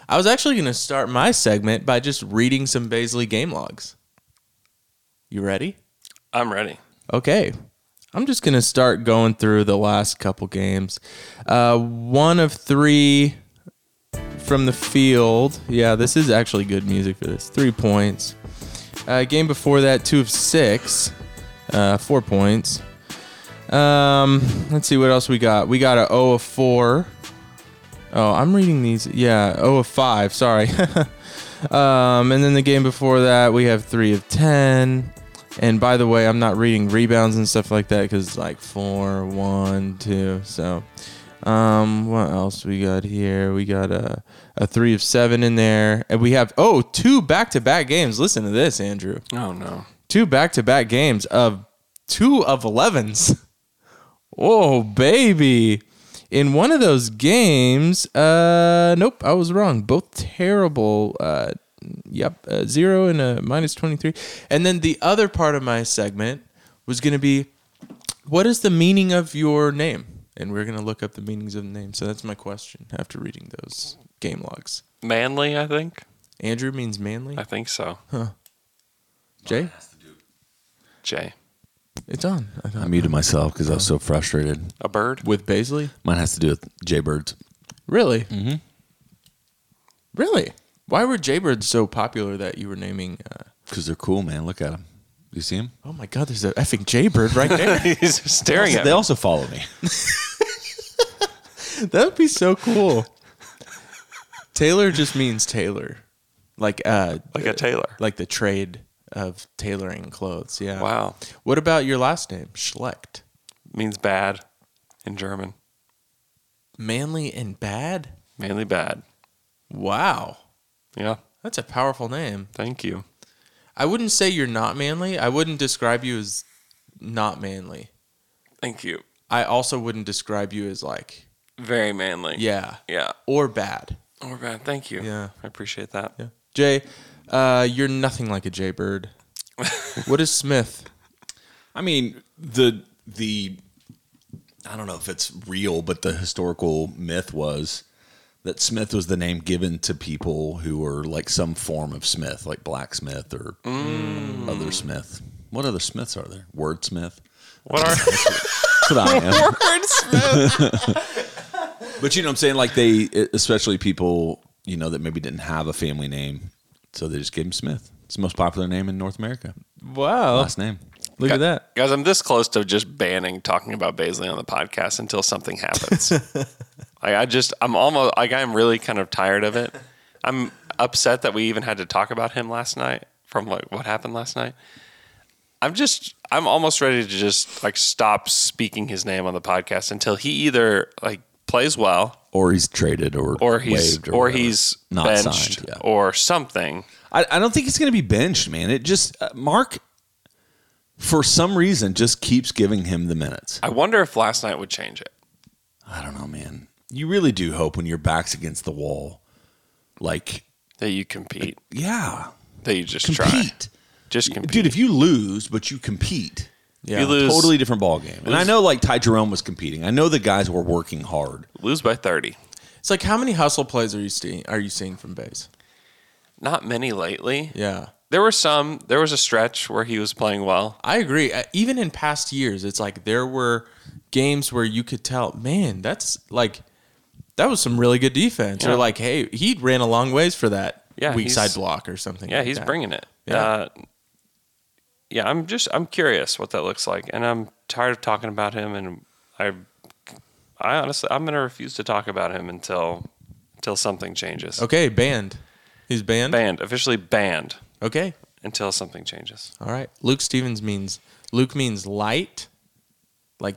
Speaker 5: I was actually going to start my segment by just reading some Baisley game logs. You ready?
Speaker 4: I'm ready.
Speaker 5: Okay. I'm just going to start going through the last couple games. Uh, one of three from the field. Yeah, this is actually good music for this. Three points. Uh, game before that, two of six. Uh, four points. Um, let's see what else we got. We got a 0 of 4. Oh, I'm reading these. Yeah, 0 of 5. Sorry. <laughs> Um, and then the game before that, we have three of ten. And by the way, I'm not reading rebounds and stuff like that because like four, one, two. So, um, what else we got here? We got a a three of seven in there, and we have oh two back to back games. Listen to this, Andrew.
Speaker 4: Oh no.
Speaker 5: Two back to back games of two of elevens. <laughs> Oh baby. In one of those games, uh, nope, I was wrong. Both terrible. Uh, yep, uh, zero and a minus twenty three. And then the other part of my segment was going to be, what is the meaning of your name? And we're going to look up the meanings of the name. So that's my question after reading those game logs.
Speaker 4: Manly, I think.
Speaker 5: Andrew means manly.
Speaker 4: I think so.
Speaker 5: Jay,
Speaker 4: Jay.
Speaker 5: it's on. I thought.
Speaker 3: I muted myself because I was so frustrated.
Speaker 4: A
Speaker 5: <laughs>
Speaker 4: bird? <laughs>
Speaker 5: With Baisley.
Speaker 3: Mine has to do with Jaybirds.
Speaker 5: Really? Mm-hmm. Really? Why were Jaybirds so popular that you were naming? Uh,
Speaker 3: because they're cool, man. Look at them. You see them?
Speaker 5: oh my God, there's a effing Jaybird right <laughs> there.
Speaker 4: He's staring at
Speaker 3: They
Speaker 4: me.
Speaker 3: also follow me.
Speaker 5: that would be so cool. Taylor just means tailor, like uh,
Speaker 4: Like a tailor.
Speaker 5: like the trade of tailoring clothes. Yeah.
Speaker 4: Wow.
Speaker 5: What about your last name, Schlecht?
Speaker 4: Means bad. in German.
Speaker 5: Manly and Bad?
Speaker 4: Mainly bad.
Speaker 5: Wow.
Speaker 4: Yeah.
Speaker 5: That's a powerful name.
Speaker 4: Thank you.
Speaker 5: I wouldn't say you're not manly. I wouldn't describe you as not manly.
Speaker 4: Thank you.
Speaker 5: I also wouldn't describe you as like,
Speaker 4: Very manly.
Speaker 5: yeah,
Speaker 4: Yeah.
Speaker 5: or bad.
Speaker 4: Or bad. Thank you.
Speaker 5: Yeah.
Speaker 4: I appreciate that.
Speaker 5: Yeah. Jay, uh, you're nothing like
Speaker 4: <laughs>
Speaker 5: a Jaybird. what is Smith?
Speaker 3: I mean the the I don't know if it's real, but the historical myth was that Smith was the name given to people who were like some form of Smith, like blacksmith or
Speaker 4: Mm.
Speaker 3: other Smith. What other Smiths are there? Wordsmith.
Speaker 4: What are
Speaker 3: That's what I am.
Speaker 4: <laughs>
Speaker 3: but you know what I'm saying? Like they, especially people, you know, that maybe didn't have a family name, so they just gave him Smith. It's the most popular name in North America.
Speaker 5: Wow.
Speaker 3: Last name.
Speaker 5: Oh. Look at that.
Speaker 4: guys? I'm this close to just banning talking about Baisley on the podcast until something
Speaker 3: <laughs>
Speaker 4: happens. like I just, I'm almost like I'm really kind of tired of
Speaker 3: <laughs>
Speaker 4: it. I'm upset that we even had to talk about him last night from like what happened last night. I'm just, I'm almost ready to just like stop speaking his name on the podcast until he either like plays well
Speaker 3: Or he's traded, or
Speaker 4: or he's
Speaker 3: waived
Speaker 4: or,
Speaker 3: whatever.
Speaker 4: he's
Speaker 3: not
Speaker 4: benched
Speaker 3: signed. Yeah.
Speaker 4: or something.
Speaker 3: I, I don't think he's going to be benched, man. It just uh, Mark, for some reason, just keeps giving him the minutes.
Speaker 4: I wonder if last night would change it.
Speaker 3: I don't know, man. You really do hope when your back's against the wall, like
Speaker 4: That you compete.
Speaker 3: yeah,
Speaker 4: That you just try.
Speaker 3: compete,
Speaker 4: Just compete.
Speaker 3: dude. If you lose, but you compete,
Speaker 5: Yeah.
Speaker 4: you lose,
Speaker 3: totally different ball game. And I
Speaker 4: lose-
Speaker 3: know, like Ty Jerome was competing. I know the guys were working hard.
Speaker 4: lose by 30.
Speaker 5: It's like how many hustle plays are you seeing? Are you seeing from base?
Speaker 4: Not many lately.
Speaker 5: Yeah,
Speaker 4: There were some. There was a stretch where he was playing well.
Speaker 5: I agree. Uh, Even in past years, it's like there were games where you could tell, man, that's like that was some really good defense.
Speaker 4: Yeah.
Speaker 5: Or like, hey, he ran a long ways for that
Speaker 4: Yeah,
Speaker 5: weak
Speaker 4: he's-
Speaker 5: side block or something.
Speaker 4: Yeah,
Speaker 5: like
Speaker 4: he's
Speaker 5: that.
Speaker 4: bringing it.
Speaker 5: Yeah.
Speaker 4: Uh, yeah, I'm just I'm curious what that looks like, and I'm tired of talking about him. And I, I honestly I'm gonna refuse to talk about him until until something changes.
Speaker 5: Okay, banned. He's banned.
Speaker 4: Banned officially banned
Speaker 5: Okay,
Speaker 4: until something changes.
Speaker 5: all right. Luke Stevens means Luke means light, like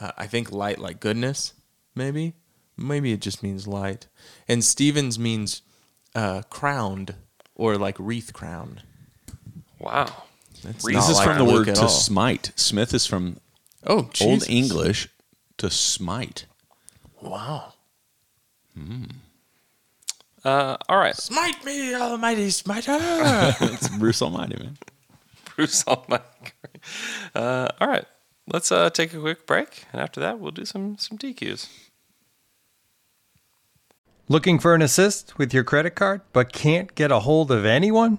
Speaker 5: uh, I think light like goodness, maybe, maybe it just means light. And Stevens means uh, crowned or like wreath crown.
Speaker 4: Wow.
Speaker 5: That's
Speaker 4: Wreath
Speaker 5: not
Speaker 3: This is
Speaker 5: like
Speaker 3: from the
Speaker 5: Luke
Speaker 3: word
Speaker 5: at
Speaker 3: to
Speaker 5: all.
Speaker 3: smite. Smith is from
Speaker 5: Oh,
Speaker 3: Old
Speaker 5: Jesus.
Speaker 3: English to smite.
Speaker 5: Wow.
Speaker 4: Uh, all right.
Speaker 5: Smite me, almighty smiter.
Speaker 3: It's Bruce Almighty, man.
Speaker 4: <laughs> Bruce Almighty. Uh, all right. Let's uh, take a quick break, and after that, we'll do some some DQs.
Speaker 6: Looking for an assist with your credit card but can't get a hold of anyone?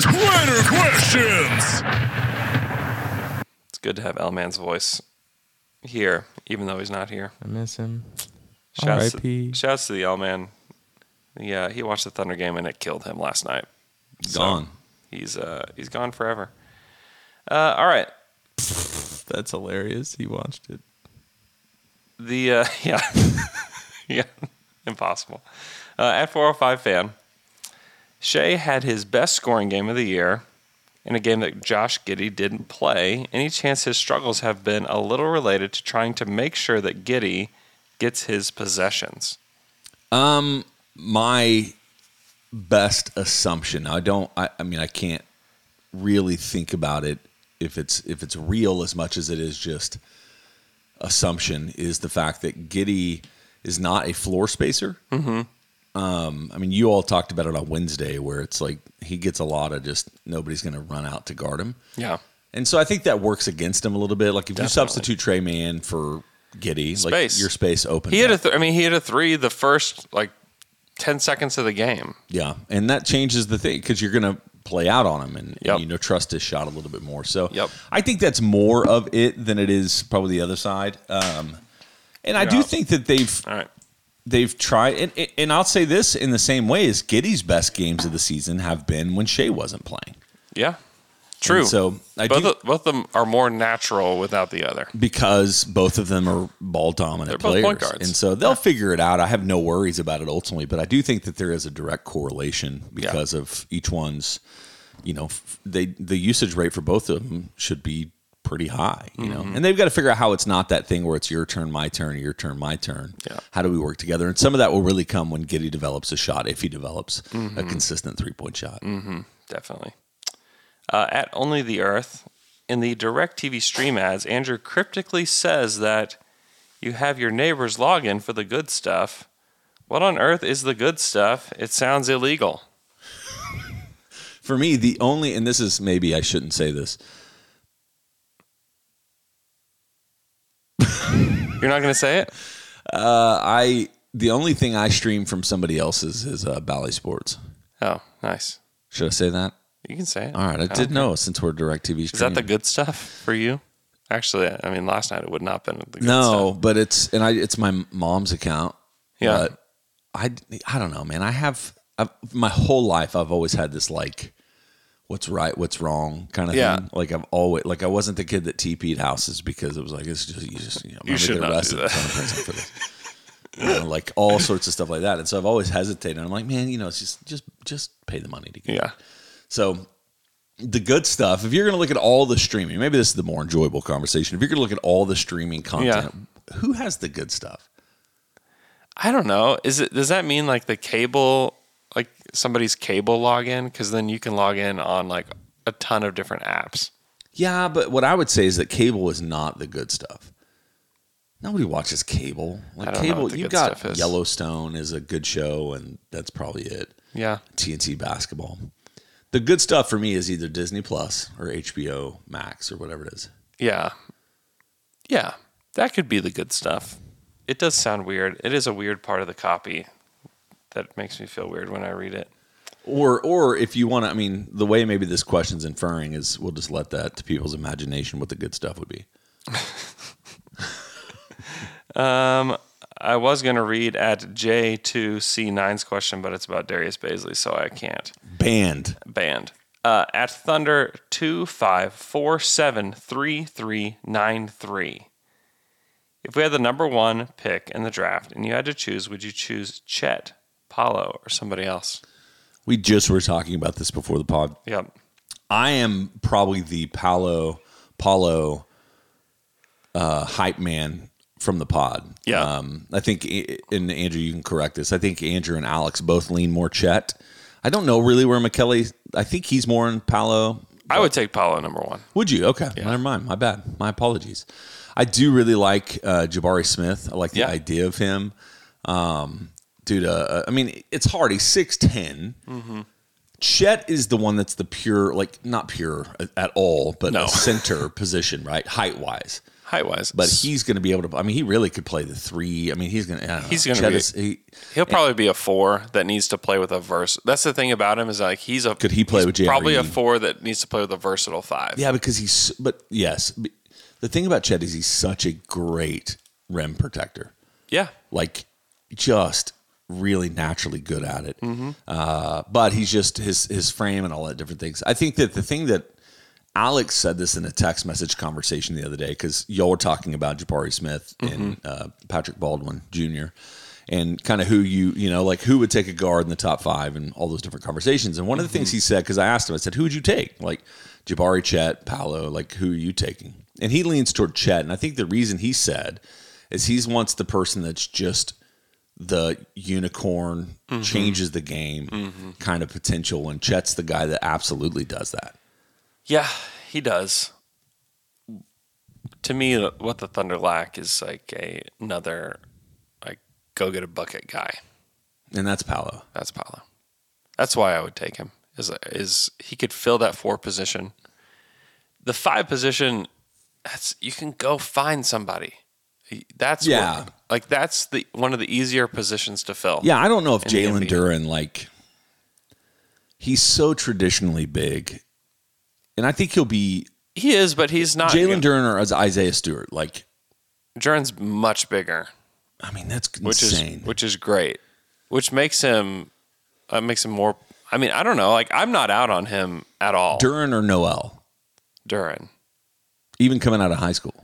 Speaker 7: Twitter questions!
Speaker 4: It's good to have L Man's voice here, even though he's not here.
Speaker 5: I miss him. <laughs>
Speaker 4: Shouts,
Speaker 5: R.I.P..
Speaker 4: to, shouts to the L Man. Yeah, he watched the Thunder game and it killed him last night.
Speaker 3: Gone.
Speaker 4: He's uh he's gone forever. Uh, all right.
Speaker 5: That's hilarious. He watched it.
Speaker 4: The uh, <laughs> yeah, yeah, impossible. Uh, at 405 fan, Shea had his best scoring game of the year in a game that Josh Giddy didn't play. Any chance his struggles have been a little related to trying to make sure that Giddy gets his possessions?
Speaker 3: Um, my best assumption. I don't. I, I mean, I can't really think about it if it's if it's real as much as it is just assumption. Is the fact that Giddy is not a floor spacer. Mm-hmm. Um, I mean, you all talked about it on Wednesday, where it's like he gets a lot of just nobody's going to run out to guard him.
Speaker 4: Yeah.
Speaker 3: And so I think that works against him a little bit. Like if you
Speaker 4: Definitely.
Speaker 3: substitute Trey Man for Giddy, like
Speaker 4: Space.
Speaker 3: your space opens.
Speaker 4: He had
Speaker 3: up.
Speaker 4: a th- I mean, he had a three the first like ten seconds of the game.
Speaker 3: Yeah, and that changes the thing because you're going to play out on him and, and you know trust his shot a little bit more. So
Speaker 4: Yep.
Speaker 3: I think that's more of it than it is probably the other side. Um, and I do
Speaker 4: Yeah.
Speaker 3: think that they've they've tried, and- and, and I'll say this in the same way as Giddy's best games of the season have been when Shea wasn't playing.
Speaker 4: Yeah. True.
Speaker 3: And so I
Speaker 4: both
Speaker 3: do-
Speaker 4: of, both of them are more natural without the other.
Speaker 3: because both of them are ball dominant
Speaker 4: They're both
Speaker 3: players,
Speaker 4: point guards.
Speaker 3: and so they'll figure it out. I have no worries about it ultimately, but I do think that there is a direct correlation because of each one's, you know, f- they the usage rate for both of them should be pretty high, you know,
Speaker 1: Mhm.
Speaker 4: Mm-hmm.
Speaker 3: and they've got to figure out how it's not that thing where it's your turn, my turn, your turn, my turn.
Speaker 1: Yeah.
Speaker 3: How do we work together? And some of that will really come when Giddy develops a shot, if he develops a
Speaker 4: Mhm.
Speaker 3: consistent three point shot.
Speaker 4: Mm-hmm. Definitely. Uh, at Only the Earth, in the direct TV stream ads, Andrew cryptically says that you have your neighbor's login for the good stuff. What on earth is the good stuff? It sounds illegal.
Speaker 3: For me, the only, and this is maybe I shouldn't say this.
Speaker 4: You're not going to say it.
Speaker 3: Uh, I the only thing I stream from somebody else's is uh, Bally Sports.
Speaker 4: Oh, nice.
Speaker 3: Should I say that?
Speaker 4: You can say it.
Speaker 3: All right, I
Speaker 4: I
Speaker 3: did
Speaker 4: don't
Speaker 3: know since we're direct TV.
Speaker 4: Is that the good stuff for you? Actually, I mean, last night it would not have been the good stuff.
Speaker 3: no? But it's and I it's my mom's account.
Speaker 4: Yeah.
Speaker 3: But I I don't know, man. I have I've, my whole life. I've always had this like. What's right, what's wrong, kind of
Speaker 4: Yeah.
Speaker 3: thing. Like I've always, like I wasn't the kid that TP'd houses because it was like it's just you just you, know,
Speaker 4: You
Speaker 3: might get
Speaker 4: should not do
Speaker 3: arrested
Speaker 4: that.
Speaker 3: for some reason for this. <laughs> You know, like all sorts of stuff like that. And so I've always hesitated. I'm like, man, you know, it's just just just pay the money to get.
Speaker 4: Yeah.
Speaker 3: So the good stuff. If you're going to look at all the streaming, maybe this is the more enjoyable conversation. If you're going to look at all the streaming content, who has the good stuff?
Speaker 4: I don't know. Is it does that mean like the cable like somebody's cable login cuz then you can log in on like a ton of different apps.
Speaker 3: Yeah, but what I would say is that cable is not the good stuff. Nobody watches cable. Like
Speaker 4: I don't know
Speaker 3: cable,
Speaker 4: what the
Speaker 3: you
Speaker 4: good
Speaker 3: got
Speaker 4: stuff is.
Speaker 3: Yellowstone is a good show, and that's probably it.
Speaker 4: Yeah.
Speaker 3: TNT basketball. The good stuff for me is either Disney Plus or HBO Max or whatever it is.
Speaker 4: Yeah. Yeah. That could be the good stuff. It does sound weird. It is a weird part of the copy that makes me feel weird when I read it.
Speaker 3: Or, or if you want to, I mean, the way maybe this question's inferring is we'll just let that to people's imagination what the good stuff would be.
Speaker 4: Um I was going to read at J2C9's question, but it's about Darius Baisley, so I can't.
Speaker 3: Banned.
Speaker 4: Banned. Uh, at Thunder two five four seven three three nine three. If we had the number one pick in the draft and you had to choose, would you choose Chet, Paulo, or somebody else?
Speaker 3: We just were talking about this before the pod.
Speaker 4: Yep.
Speaker 3: I am probably the Paolo Paulo uh, hype man from the pod. Yeah. Um, I think, and Andrew, you can correct this. I think Andrew and Alex both lean more Chet. I don't know really where McKelly. I think he's more in Paolo.
Speaker 4: I would take Paolo number one.
Speaker 3: Would you? Okay. Never mind. My bad. My apologies. I do really like uh, Jabari Smith. I like the
Speaker 4: Yeah.
Speaker 3: idea of him. Um, dude, uh, I mean, it's hard. He's 6'10.
Speaker 4: Mm-hmm.
Speaker 3: Chet is the one that's the pure, like not pure a- at all, but
Speaker 4: <laughs>
Speaker 3: a center position, right? Height wise.
Speaker 4: Height wise.
Speaker 3: But he's going to be able to. I mean, he really could play the three. I mean, he's going to.
Speaker 4: He's gonna
Speaker 3: Chet
Speaker 4: be-
Speaker 3: Is, he,
Speaker 4: He'll probably be a four that needs to play with a verse. That's the thing about him is like he's a
Speaker 3: Could he play
Speaker 4: he's
Speaker 3: with J.R.
Speaker 4: probably a
Speaker 3: Reed?
Speaker 4: four that needs to play with a versatile five.
Speaker 3: yeah, because he's. But yes, b- the thing about Chet is he's such a great rim protector.
Speaker 4: Yeah.
Speaker 3: Like, just really naturally good at it.
Speaker 4: Mhm.
Speaker 3: Uh, but he's just his his frame and all that different things. I think that the thing that Alex said this in a text message conversation the other day because y'all were talking about Jabari Smith and uh, Patrick Baldwin Jr. and kind of who you you know like who would take a guard in the top five and all those different conversations. And one of the things he said because I asked him, I said, "Who would you take?" Like Jabari, Chet, Paolo. Like who are you taking? And he leans toward Chet. And I think the reason he said is he's wants the person that's just the unicorn
Speaker 1: Mhm.
Speaker 3: changes the game
Speaker 4: Mhm.
Speaker 3: kind of potential and Chet's the guy that absolutely does that.
Speaker 4: Yeah, he does. To me, what the Thunder lack is like a, another like go get a bucket guy.
Speaker 3: And that's Paolo.
Speaker 4: That's Paolo. That's why I would take him. Is is he could fill that four position. The five position, that's you can go find somebody. That's
Speaker 3: Yeah.
Speaker 4: what- like that's the one of the easier positions to fill.
Speaker 3: Yeah, I don't know if
Speaker 4: in the
Speaker 3: Jalen
Speaker 4: NBA.
Speaker 3: Duran like he's so traditionally big, and I think he'll be
Speaker 4: He is, but he's not.
Speaker 3: Jalen Duran or as Isaiah Stewart. Like,
Speaker 4: Duran's much bigger,
Speaker 3: I mean, that's
Speaker 4: which
Speaker 3: insane.
Speaker 4: is which is great, which makes him uh, makes him more. I mean, I don't know. Like I'm not out on him at all.
Speaker 3: Duran or Noel,
Speaker 4: Duran,
Speaker 3: even coming out of high school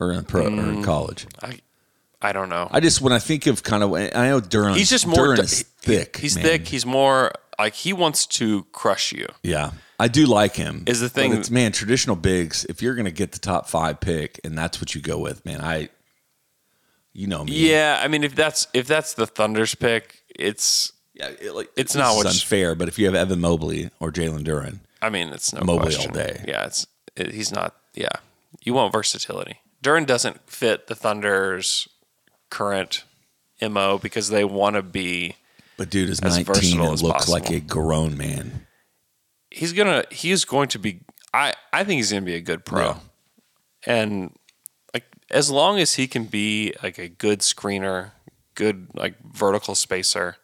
Speaker 3: or in pro or
Speaker 4: Mm.
Speaker 3: in college.
Speaker 4: I I don't know.
Speaker 3: I just when I think of kind of I know Duran.
Speaker 4: he's just more
Speaker 3: Duran
Speaker 4: di-
Speaker 3: is
Speaker 4: he-
Speaker 3: thick.
Speaker 4: He's
Speaker 3: man.
Speaker 4: thick. He's more like he wants to crush you.
Speaker 3: Yeah, I do like him.
Speaker 4: Is the
Speaker 3: But
Speaker 4: thing-
Speaker 3: it's, man? Traditional bigs. If you're gonna get the top five pick, and that's what you go with, man. I, you know me.
Speaker 4: Yeah, I mean if that's if that's the Thunder's pick, it's
Speaker 3: Yeah, it, like,
Speaker 4: It's
Speaker 3: this
Speaker 4: not
Speaker 3: is
Speaker 4: what-
Speaker 3: unfair, but if you have Evan Mobley or Jalen Duran,
Speaker 4: I mean it's no
Speaker 3: Mobley all
Speaker 4: question.
Speaker 3: day.
Speaker 4: Yeah, it's it, he's not. Yeah, you want versatility. Duran doesn't fit the Thunder's current mo because they want to be.
Speaker 3: but dude is
Speaker 4: As
Speaker 3: 19
Speaker 4: versatile
Speaker 3: and
Speaker 4: as
Speaker 3: looks
Speaker 4: possible.
Speaker 3: like a grown man.
Speaker 4: He's gonna. He's going to be. I I think he's gonna be a good pro,
Speaker 3: Yeah.
Speaker 4: and like as long as he can be like a good screener, good like vertical spacer,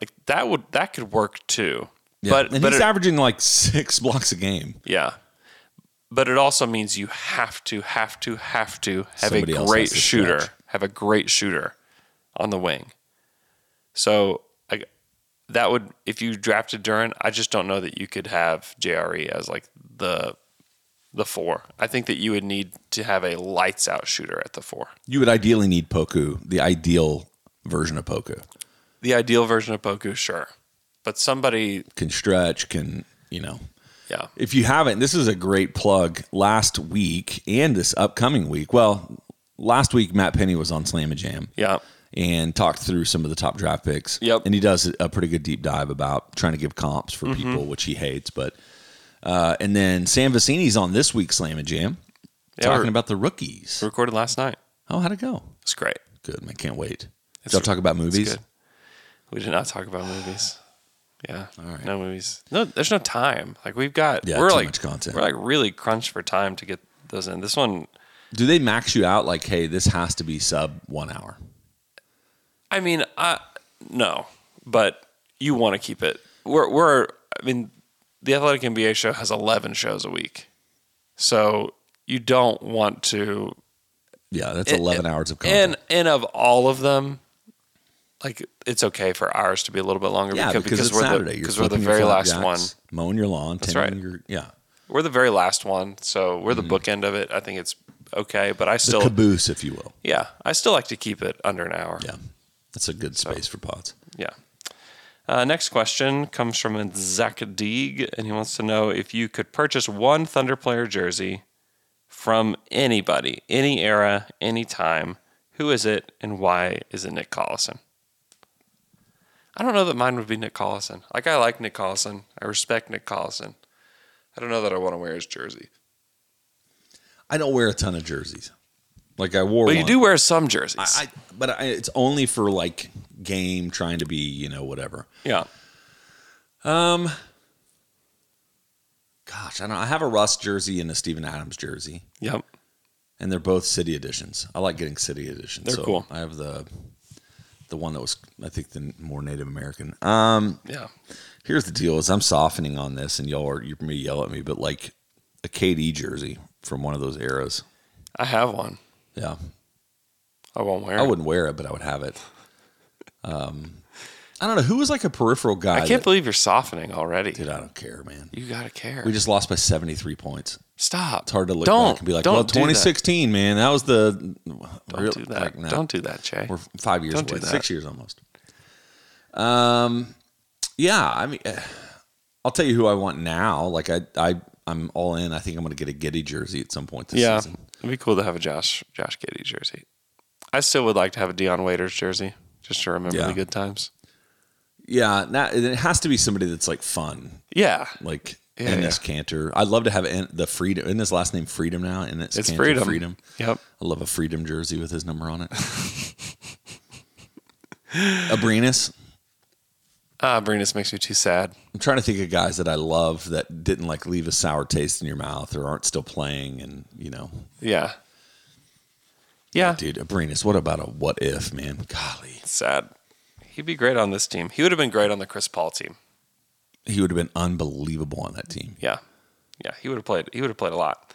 Speaker 4: like that would that could work too.
Speaker 3: Yeah.
Speaker 4: But
Speaker 3: and
Speaker 4: but
Speaker 3: he's
Speaker 4: it-
Speaker 3: averaging like six blocks a game.
Speaker 4: Yeah. But it also means you have to, have to, have to have
Speaker 3: Somebody
Speaker 4: a
Speaker 3: else
Speaker 4: great
Speaker 3: has to
Speaker 4: shooter,
Speaker 3: stretch.
Speaker 4: have a great shooter on the wing. So I, that would, if you drafted Duran, I just don't know that you could have JRE as like the the four. I think that you would need to have a lights out shooter at the four.
Speaker 3: You would ideally need Poku, the ideal version of Poku.
Speaker 4: The ideal version of Poku, sure, but somebody,
Speaker 3: Can stretch, can you know?
Speaker 4: yeah,
Speaker 3: If you haven't, this is a great plug. Last week and this upcoming week. Well, last week Matt Penny was on Slam and Jam.
Speaker 4: yeah,
Speaker 3: and talked through some of the top draft picks.
Speaker 4: Yep.
Speaker 3: And he does a pretty good deep dive about trying to give comps for
Speaker 4: Mm-hmm.
Speaker 3: people, which he hates. But uh, and then Sam Vecini's on this week's Slam and Jam
Speaker 4: Yeah,
Speaker 3: talking
Speaker 4: we're-
Speaker 3: about the rookies.
Speaker 4: recorded last night.
Speaker 3: Oh, how'd it go?
Speaker 4: It's great.
Speaker 3: Good, man. Can't wait. Did
Speaker 4: It's-
Speaker 3: y'all talk about movies?
Speaker 4: good. We did not talk
Speaker 3: <sighs>
Speaker 4: about movies. Yeah. No movies. No, there's no time. Like we've got
Speaker 3: Yeah,
Speaker 4: we're
Speaker 3: too
Speaker 4: like
Speaker 3: much content.
Speaker 4: we're like really crunched for time to get those in. This one,
Speaker 3: Do they max you out like, hey, this has to be sub one hour?
Speaker 4: I mean, I no, but you want to keep it. We're we're I mean, the Athletic NBA show has 11 shows a week. So you don't want to
Speaker 3: Yeah, that's eleven hours of content.
Speaker 4: and and of all of them like it's okay for ours to be a little bit longer
Speaker 3: yeah, because, it's
Speaker 4: we're
Speaker 3: Saturday.
Speaker 4: the
Speaker 3: You're
Speaker 4: because we're the
Speaker 3: flipping your
Speaker 4: very last one.
Speaker 3: flapjacks, mowing your lawn.
Speaker 4: That's
Speaker 3: tending
Speaker 4: right.
Speaker 3: Your, yeah,
Speaker 4: We're the very last one, so we're the bookend of it. I think it's okay, but I
Speaker 3: the
Speaker 4: still,
Speaker 3: caboose, if you will.
Speaker 4: yeah, I still like to keep it under an hour.
Speaker 3: Yeah, that's a good space for pods.
Speaker 4: Yeah. Uh, next question comes from Zach Deeg, and he wants to know if you could purchase one Thunder player jersey from anybody, any era, any time. Who is it, and why is it Nick Collison? I don't know that mine would be Nick Collison. Like I like Nick Collison, I respect Nick Collison. I don't know that I want to wear his jersey.
Speaker 3: I don't wear a ton of jerseys. Like I wore.
Speaker 4: But you
Speaker 3: one.
Speaker 4: do wear some jerseys.
Speaker 3: I, I but I, it's only for like game trying to be you know whatever.
Speaker 4: yeah.
Speaker 3: Um. Gosh, I don't. I have a Russ jersey and a Steven Adams jersey,
Speaker 4: Yep.
Speaker 3: and they're both city editions. I like getting city editions.
Speaker 4: They're cool.
Speaker 3: I have the the one that was I think the more Native American. Um.
Speaker 4: Yeah.
Speaker 3: Here's the deal: is I'm softening on this, and y'all are you're gonna yell at me, but like a KD jersey from one of those eras.
Speaker 4: I have one.
Speaker 3: Yeah,
Speaker 4: I won't wear it.
Speaker 3: I wouldn't wear it, but I would have it. Um, I don't know who was like a peripheral guy.
Speaker 4: I can't
Speaker 3: that-
Speaker 4: believe you're softening already.
Speaker 3: dude. I don't care, man.
Speaker 4: You gotta care.
Speaker 3: We just lost by seventy three points.
Speaker 4: stop.
Speaker 3: It's hard to look
Speaker 4: don't,
Speaker 3: back and be like,
Speaker 4: don't
Speaker 3: "Well,
Speaker 4: do that.
Speaker 3: twenty sixteen, man, that was the."
Speaker 4: Don't do that.
Speaker 3: like, no.
Speaker 4: Don't do that, Jay.
Speaker 3: We're five years
Speaker 4: Don't do
Speaker 3: away,
Speaker 4: that.
Speaker 3: six years almost. Um, yeah, I mean, eh, I'll tell you who I want now. Like I, I, I'm all in. I think I'm going to get a Giddy jersey at some point this
Speaker 4: yeah,
Speaker 3: season.
Speaker 4: it'd be cool to have a Josh Josh Giddy jersey. I still would like to have a Dion Waiters jersey just to remember
Speaker 3: Yeah.
Speaker 4: the good times.
Speaker 3: Yeah, that, and it has to be somebody that's like fun,
Speaker 4: Yeah,
Speaker 3: like
Speaker 4: Yeah,
Speaker 3: Ennis Cantor. I'd love to have en- the freedom. Isn't his last name Freedom now? And it's
Speaker 4: it's
Speaker 3: Cantor
Speaker 4: freedom.
Speaker 3: Freedom.
Speaker 4: Yep.
Speaker 3: <laughs> I love a Freedom jersey with his number on it. Abrinus.
Speaker 4: Ah, Abrinus makes me too sad.
Speaker 3: I'm trying to think of guys that I love that didn't like leave a sour taste in your mouth or aren't still playing, and you know.
Speaker 4: Yeah. Yeah.
Speaker 3: dude, Abrinus. What about a what if, man? Golly,
Speaker 4: sad. He'd be great on this team. He would have been great on the Chris Paul team.
Speaker 3: he would have been unbelievable on that team.
Speaker 4: Yeah. Yeah, he would have played. He would have played a lot.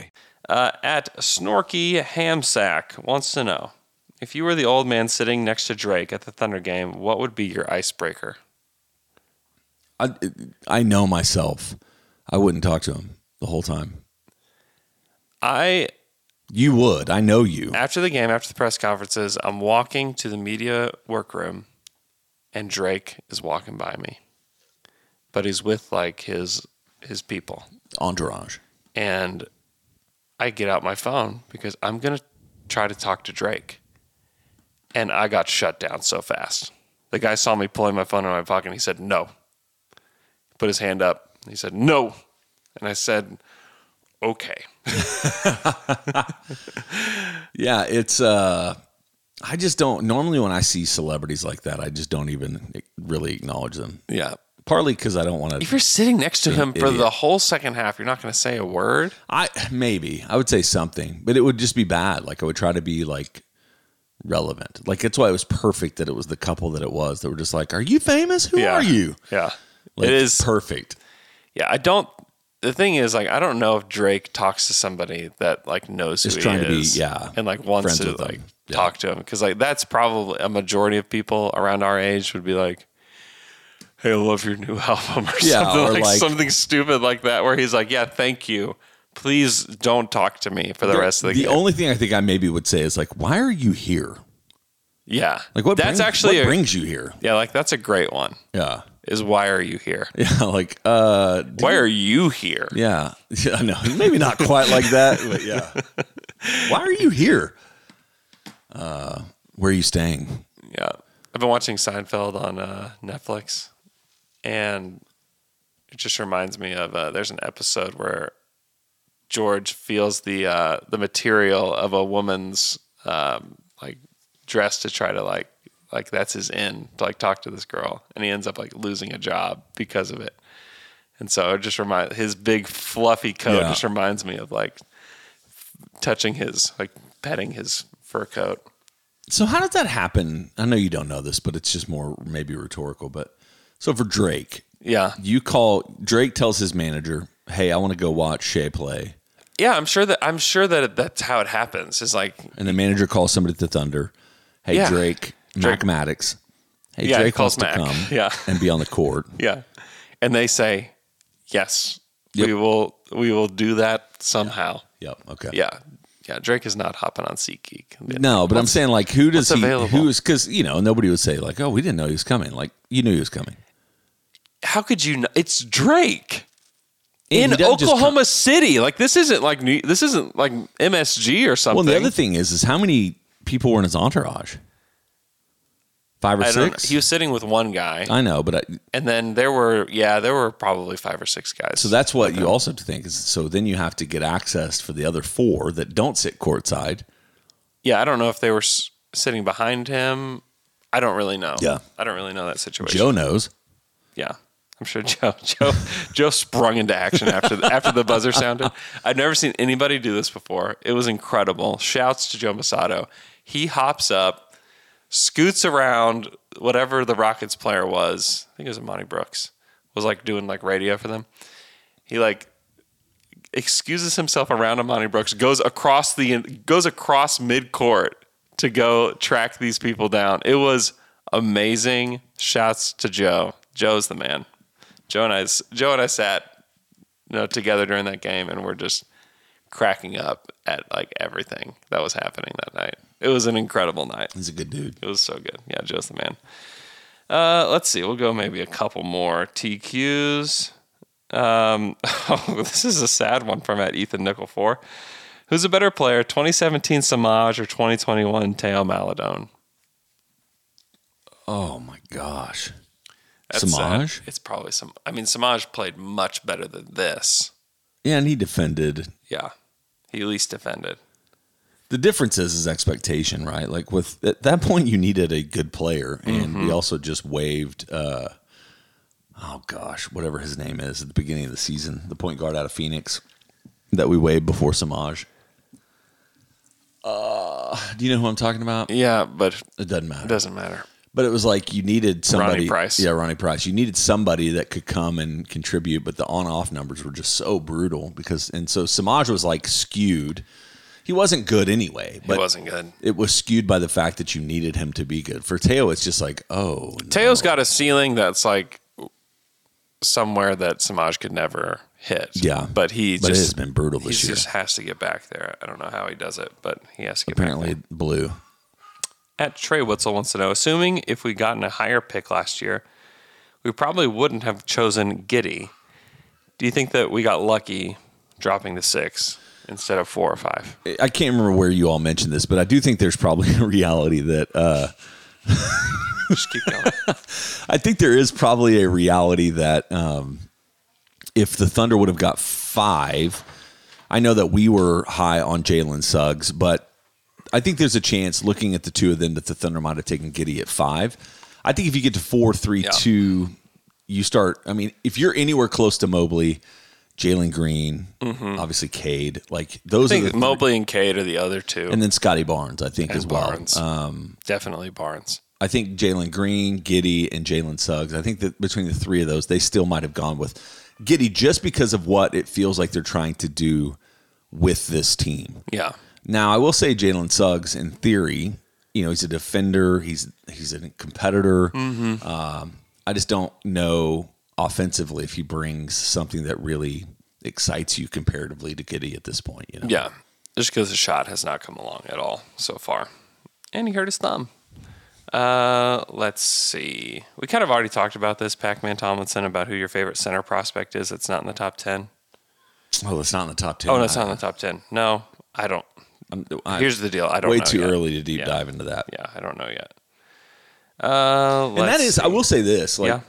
Speaker 4: Uh, at Snorky Hamsack wants to know if you were the old man sitting next to Drake at the Thunder game, what would be your icebreaker?
Speaker 3: I I know myself. I wouldn't talk to him the whole time.
Speaker 4: I
Speaker 3: You would. I know you.
Speaker 4: after the game, after the press conferences, I'm walking to the media workroom, and Drake is walking by me, but he's with like his his people,
Speaker 3: Entourage.
Speaker 4: and I get out my phone because I'm gonna try to talk to Drake, and I got shut down so fast. The guy saw me pulling my phone out of my pocket, and he said no. Put his hand up, and he said no, and I said okay.
Speaker 3: Yeah, it's uh I just don't normally when I see celebrities like that, I just don't even really acknowledge them.
Speaker 4: Yeah.
Speaker 3: Partly cuz I don't want
Speaker 4: If
Speaker 3: to
Speaker 4: you're sitting next to
Speaker 3: An
Speaker 4: him for
Speaker 3: idiot.
Speaker 4: the whole second half, you're not going to say a word.
Speaker 3: I maybe I would say something, but it would just be bad. Like I would try to be like relevant. Like that's why it was perfect that it was the couple that it was that were just like, "Are you famous? Who
Speaker 4: Yeah.
Speaker 3: are you?"
Speaker 4: Yeah.
Speaker 3: Like,
Speaker 4: it is
Speaker 3: perfect.
Speaker 4: Yeah, I don't. The thing is, like, I don't know if Drake talks to somebody that like knows
Speaker 3: Is
Speaker 4: who
Speaker 3: trying
Speaker 4: he
Speaker 3: to be,
Speaker 4: is,
Speaker 3: yeah,
Speaker 4: and like wants
Speaker 3: friends
Speaker 4: to
Speaker 3: with them.
Speaker 4: like
Speaker 3: Yeah.
Speaker 4: talk to him because like that's probably a majority of people around our age would be like, "Hey, I love your new <laughs> album," or
Speaker 3: Yeah,
Speaker 4: something
Speaker 3: or,
Speaker 4: like,
Speaker 3: like-
Speaker 4: something stupid like that, where he's like, "Yeah, thank you. Please don't talk to me for the rest of the,
Speaker 3: the
Speaker 4: game."
Speaker 3: only thing I think I maybe would say is like, "Why are you here?"
Speaker 4: yeah,
Speaker 3: Like what?
Speaker 4: That's
Speaker 3: brings,
Speaker 4: actually
Speaker 3: what
Speaker 4: a,
Speaker 3: brings you here.
Speaker 4: yeah, like that's a great one.
Speaker 3: Yeah, <laughs>
Speaker 4: Is why are you here?
Speaker 3: yeah. Like, uh, d-
Speaker 4: Why are you here?
Speaker 3: yeah, <laughs> yeah. No, maybe not quite like that, but
Speaker 4: <laughs>
Speaker 3: yeah. Why are you here? Uh, where are you staying?
Speaker 4: Yeah. I've been watching Seinfeld on uh, Netflix, and it just reminds me of uh, there's an episode where George feels the uh, the material of a woman's um, like dress to try to like like that's his end to like talk to this girl, and he ends up like losing a job because of it. And so it just remind his big fluffy coat
Speaker 3: Yeah.
Speaker 4: just reminds me of like touching his like petting his fur coat.
Speaker 3: So how does that happen? I know you don't know this, but it's just more maybe rhetorical. But so for Drake,
Speaker 4: Yeah.
Speaker 3: you call Drake tells his manager, "Hey, I want to go watch Shea play,"
Speaker 4: Yeah, I'm sure that I'm sure that that's how it happens. Is like
Speaker 3: and the manager calls somebody at the Thunder, "Hey,
Speaker 4: Yeah.
Speaker 3: Drake, Mac Maddox, hey,
Speaker 4: Yeah, he
Speaker 3: Drake
Speaker 4: calls
Speaker 3: wants to
Speaker 4: Mac.
Speaker 3: come
Speaker 4: <laughs> Yeah.
Speaker 3: and be on the court."
Speaker 4: yeah, and they say yes,
Speaker 3: Yep.
Speaker 4: we will we will do that somehow.
Speaker 3: Yep. Okay.
Speaker 4: Yeah, yeah. Drake is not hopping on SeatGeek.
Speaker 3: No, but I'm saying like who does
Speaker 4: what's
Speaker 3: he
Speaker 4: available?
Speaker 3: who is because you know nobody would say like oh we didn't know he was coming like you knew he was coming
Speaker 4: how could you? Not? It's Drake
Speaker 3: And he
Speaker 4: in
Speaker 3: doesn't just
Speaker 4: Oklahoma City. Like this isn't like New, this isn't like MSG or
Speaker 3: Come,
Speaker 4: something.
Speaker 3: well, the other thing is is how many people were in his entourage? Five or
Speaker 4: I don't-
Speaker 3: six?
Speaker 4: He was sitting with one guy.
Speaker 3: I know, but I,
Speaker 4: And then there were, yeah, there were probably five or six guys.
Speaker 3: so that's what you also have to think is. So then you have to get access for the other four that don't sit courtside.
Speaker 4: Yeah, I don't know if they were s- sitting behind him. I don't really know.
Speaker 3: Yeah.
Speaker 4: I don't really know that situation.
Speaker 3: Joe knows.
Speaker 4: Yeah. I'm sure <laughs> Joe Joe Joe sprung into action after the, after the buzzer sounded. I've never seen anybody do this before. It was incredible. Shouts to Joe Masato. He hops up, scoots around whatever the Rockets player was. I think it was Monty Brooks. Was like doing like radio for them. He like excuses himself around Amani Brooks, goes across the goes across midcourt to go track these people down. It was amazing. Shouts to Joe. Joe's the man. Joe and I Joe and I sat you know, together during that game and we're just cracking up at like everything that was happening that night. It was an incredible night.
Speaker 3: He's a good dude.
Speaker 4: It was so good. Yeah, Joe's the man. Uh, let's see. We'll go maybe a couple more TQs. Um, <laughs> oh, this is a sad one from at Ethan Nickel Four. Who's a better player, 2017 Samaj or 2021 Teo Maladone?
Speaker 3: Oh my gosh.
Speaker 4: That's sad.
Speaker 3: Samaj?
Speaker 4: It's probably some. I mean, Samaj played much better than this.
Speaker 3: Yeah, and he defended.
Speaker 4: Yeah, he at least defended.
Speaker 3: The difference is is expectation, right? Like with at that point, you needed a good player, and we
Speaker 4: Mhm.
Speaker 3: also just waived. Uh, oh gosh, whatever his name is at the beginning of the season, the point guard out of Phoenix that we waived before Samaj. Uh, do you know who I'm talking about?
Speaker 4: Yeah, but
Speaker 3: it doesn't matter. It
Speaker 4: doesn't matter.
Speaker 3: But it was like you needed somebody.
Speaker 4: Ronnie Price.
Speaker 3: Yeah, Ronnie Price. You needed somebody that could come and contribute, but the on-off numbers were just so brutal because, and so Samaj was like skewed. He wasn't good anyway. But
Speaker 4: wasn't good.
Speaker 3: It was skewed by the fact that you needed him to be good. For Teo, it's just like, oh,
Speaker 4: Teo's got a ceiling that's like somewhere that Samaj could never hit.
Speaker 3: Yeah,
Speaker 4: but he
Speaker 3: but it
Speaker 4: just
Speaker 3: has been brutal this
Speaker 4: he
Speaker 3: year.
Speaker 4: just has to get back there. I don't know how he does it, but he has to get back.
Speaker 3: apparently blue.
Speaker 4: At Trey Witzel wants to know, assuming if we gotten a higher pick last year, we probably wouldn't have chosen Giddy. Do you think that we got lucky dropping the six instead of four or five?
Speaker 3: I can't remember where you all mentioned this, but I do think there's probably <laughs> a reality that uh,
Speaker 4: just keep
Speaker 3: <laughs>
Speaker 4: going.
Speaker 3: I think there is probably a reality that um, if the Thunder would have got five, I know that we were high on Jalen Suggs, but I think there's a chance looking at the two of them that the Thunder might have taken Giddy at five. I think if you get to four, three, two, you start. I mean, if you're anywhere close to Mobley, Jalen Green, obviously Cade, like those
Speaker 4: Mm-hmm. I think
Speaker 3: are the
Speaker 4: Mobley and Cade are the other two.
Speaker 3: and then Scotty Barnes, I think
Speaker 4: And
Speaker 3: as well.
Speaker 4: Barnes.
Speaker 3: Um,
Speaker 4: Definitely Barnes.
Speaker 3: I think Jalen Green, Giddy, and Jalen Suggs. I think that between the three of those, they still might have gone with Giddy just because of what it feels like they're trying to do with this team.
Speaker 4: Yeah.
Speaker 3: Now I will say Jalen Suggs, in theory, you know he's a defender. He's he's a competitor.
Speaker 4: Mhm.
Speaker 3: Um, I just don't know offensively if he brings something that really excites you comparatively to Giddy at this point. You know.
Speaker 4: Yeah. Just because the shot has not come along at all so far. And he hurt his thumb. Uh, let's see. We kind of already talked about this, Pac Man Tomlinson, about who your favorite center prospect is that's not in the top 10.
Speaker 3: Oh, that's not in the top ten.
Speaker 4: Oh, no, it's
Speaker 3: I-
Speaker 4: not in the top 10. No, I don't.
Speaker 3: I-
Speaker 4: Here's the deal. I don't
Speaker 3: way
Speaker 4: know
Speaker 3: too
Speaker 4: yet.
Speaker 3: early to deep
Speaker 4: Yeah.
Speaker 3: dive into that.
Speaker 4: Yeah, I don't know yet. Uh,
Speaker 3: and that is, I will say this: like,
Speaker 4: Yeah.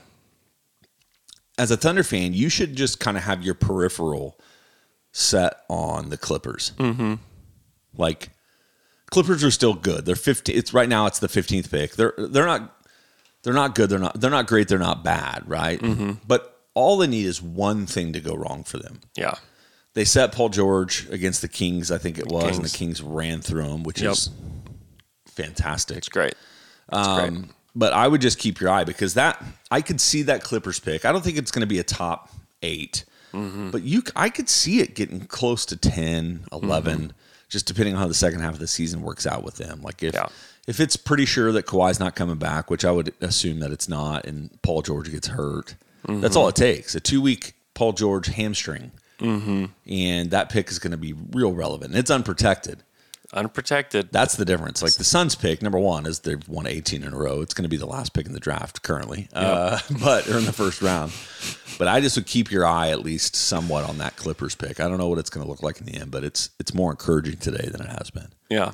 Speaker 3: as a Thunder fan, you should just kind of have your peripheral set on the Clippers.
Speaker 4: Mm-hmm.
Speaker 3: Like, Clippers are still good. They're 15. It's right now. It's the 15th pick. They're they're not they're not good. They're not they're not great. They're not bad. Right.
Speaker 4: Mm-hmm.
Speaker 3: But all they need is one thing to go wrong for them.
Speaker 4: Yeah.
Speaker 3: They set Paul George against the Kings. I think it was, and
Speaker 4: Kings.
Speaker 3: the Kings ran through him, which
Speaker 4: Yep.
Speaker 3: is fantastic. It's
Speaker 4: great.
Speaker 3: um, But I would just keep your eye because that I could see that Clippers pick. I don't think it's going to be a top 8 but you I could see it getting close to 10, 11, just depending on how the second half of the season works out with them. Like if if it's pretty sure that Kawhi's not coming back, which I would assume that it's not, and Paul George gets hurt, that's
Speaker 4: Mhm.
Speaker 3: all it takes. A two week Paul George hamstring,
Speaker 4: Mhm.
Speaker 3: and that pick is going to be real relevant. It's unprotected.
Speaker 4: Unprotected.
Speaker 3: That's the difference. Like the Suns pick, number one, is they've won 18 in a row. It's going to be the last pick in the draft currently, uh, <laughs> but or in the first round. But I just would keep your eye at least somewhat on that Clippers pick. I don't know what it's going to look like in the end, but it's it's more encouraging today than it has been.
Speaker 4: Yeah.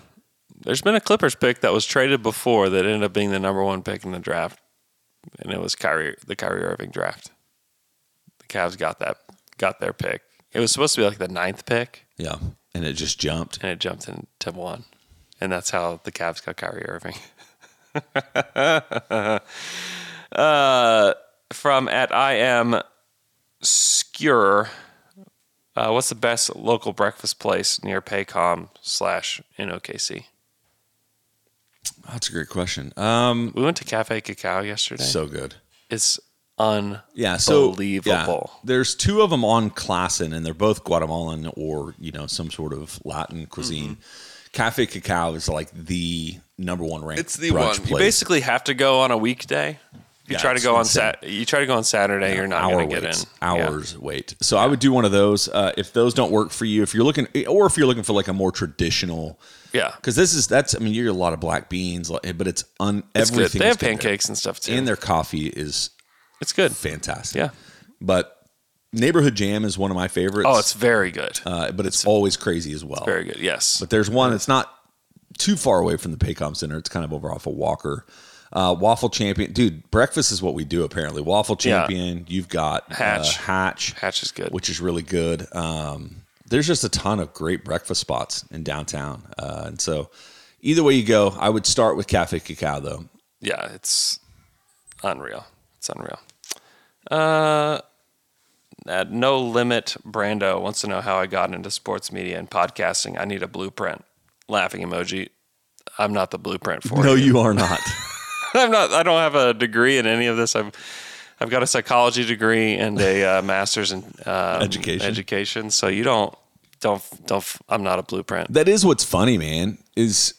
Speaker 4: There's been a Clippers pick that was traded before that ended up being the number one pick in the draft, and it was Kyrie, the Kyrie Irving draft. The Cavs got that, got their pick. It was supposed to be like the ninth pick.
Speaker 3: Yeah, and it just jumped.
Speaker 4: And it jumped into one, and that's how the Cavs got Kyrie Irving. <laughs> uh, from at I am Skewer. Uh, what's the best local breakfast place near Paycom slash NOKC?
Speaker 3: That's a great question. Um,
Speaker 4: we went to Cafe Cacao yesterday.
Speaker 3: So good.
Speaker 4: It's unbelievable.
Speaker 3: Yeah, so yeah, there's two of them on Classen, and they're both Guatemalan or you know some sort of Latin cuisine. Cafe Cacao is like the number one ranked.
Speaker 4: It's the
Speaker 3: brunch
Speaker 4: one.
Speaker 3: Place.
Speaker 4: You basically have to go on a weekday. You
Speaker 3: Yeah,
Speaker 4: try to
Speaker 3: it's
Speaker 4: go on
Speaker 3: insane.
Speaker 4: sat. You try to go on Saturday. you're not
Speaker 3: hour
Speaker 4: going to get
Speaker 3: waits,
Speaker 4: in.
Speaker 3: hours wait. So I would do one of those. Uh, if those don't work for you, if you're looking, or if you're looking for like a more traditional,
Speaker 4: Yeah.
Speaker 3: because this is that's I mean you get a lot of black beans, like, but it's un
Speaker 4: It's good.
Speaker 3: everything.
Speaker 4: They
Speaker 3: is
Speaker 4: have
Speaker 3: good there.
Speaker 4: pancakes and stuff too.
Speaker 3: and their coffee is
Speaker 4: it's good,
Speaker 3: fantastic.
Speaker 4: Yeah.
Speaker 3: but neighborhood jam is one of my favorites.
Speaker 4: Oh, it's very good.
Speaker 3: uh, but it's, always crazy as well.
Speaker 4: very good. Yes,
Speaker 3: but there's one that's not too far away from the Paycom Center. It's kind of over off of Walker. Uh, Waffle Champion, dude. Breakfast is what we do apparently. Waffle
Speaker 4: Yeah.
Speaker 3: Champion. You've got
Speaker 4: Hatch.
Speaker 3: uh, Hatch.
Speaker 4: Hatch is good,
Speaker 3: which is really good. Um, there's just a ton of great breakfast spots in downtown, uh, and so either way you go, I would start with Cafe Cacao though.
Speaker 4: yeah, it's unreal. It's unreal. Uh, at no limit, Brando wants to know how I got into sports media and podcasting. I need a blueprint. Laughing emoji. I'm not the blueprint for
Speaker 3: no,
Speaker 4: you.
Speaker 3: you are not.
Speaker 4: <laughs> I'm not. I don't have a degree in any of this. I've I've got a psychology degree and
Speaker 3: <laughs>
Speaker 4: a uh, master's in um,
Speaker 3: Education.
Speaker 4: Education. So you don't don't don't. I'm not a blueprint.
Speaker 3: That is what's funny, man. Is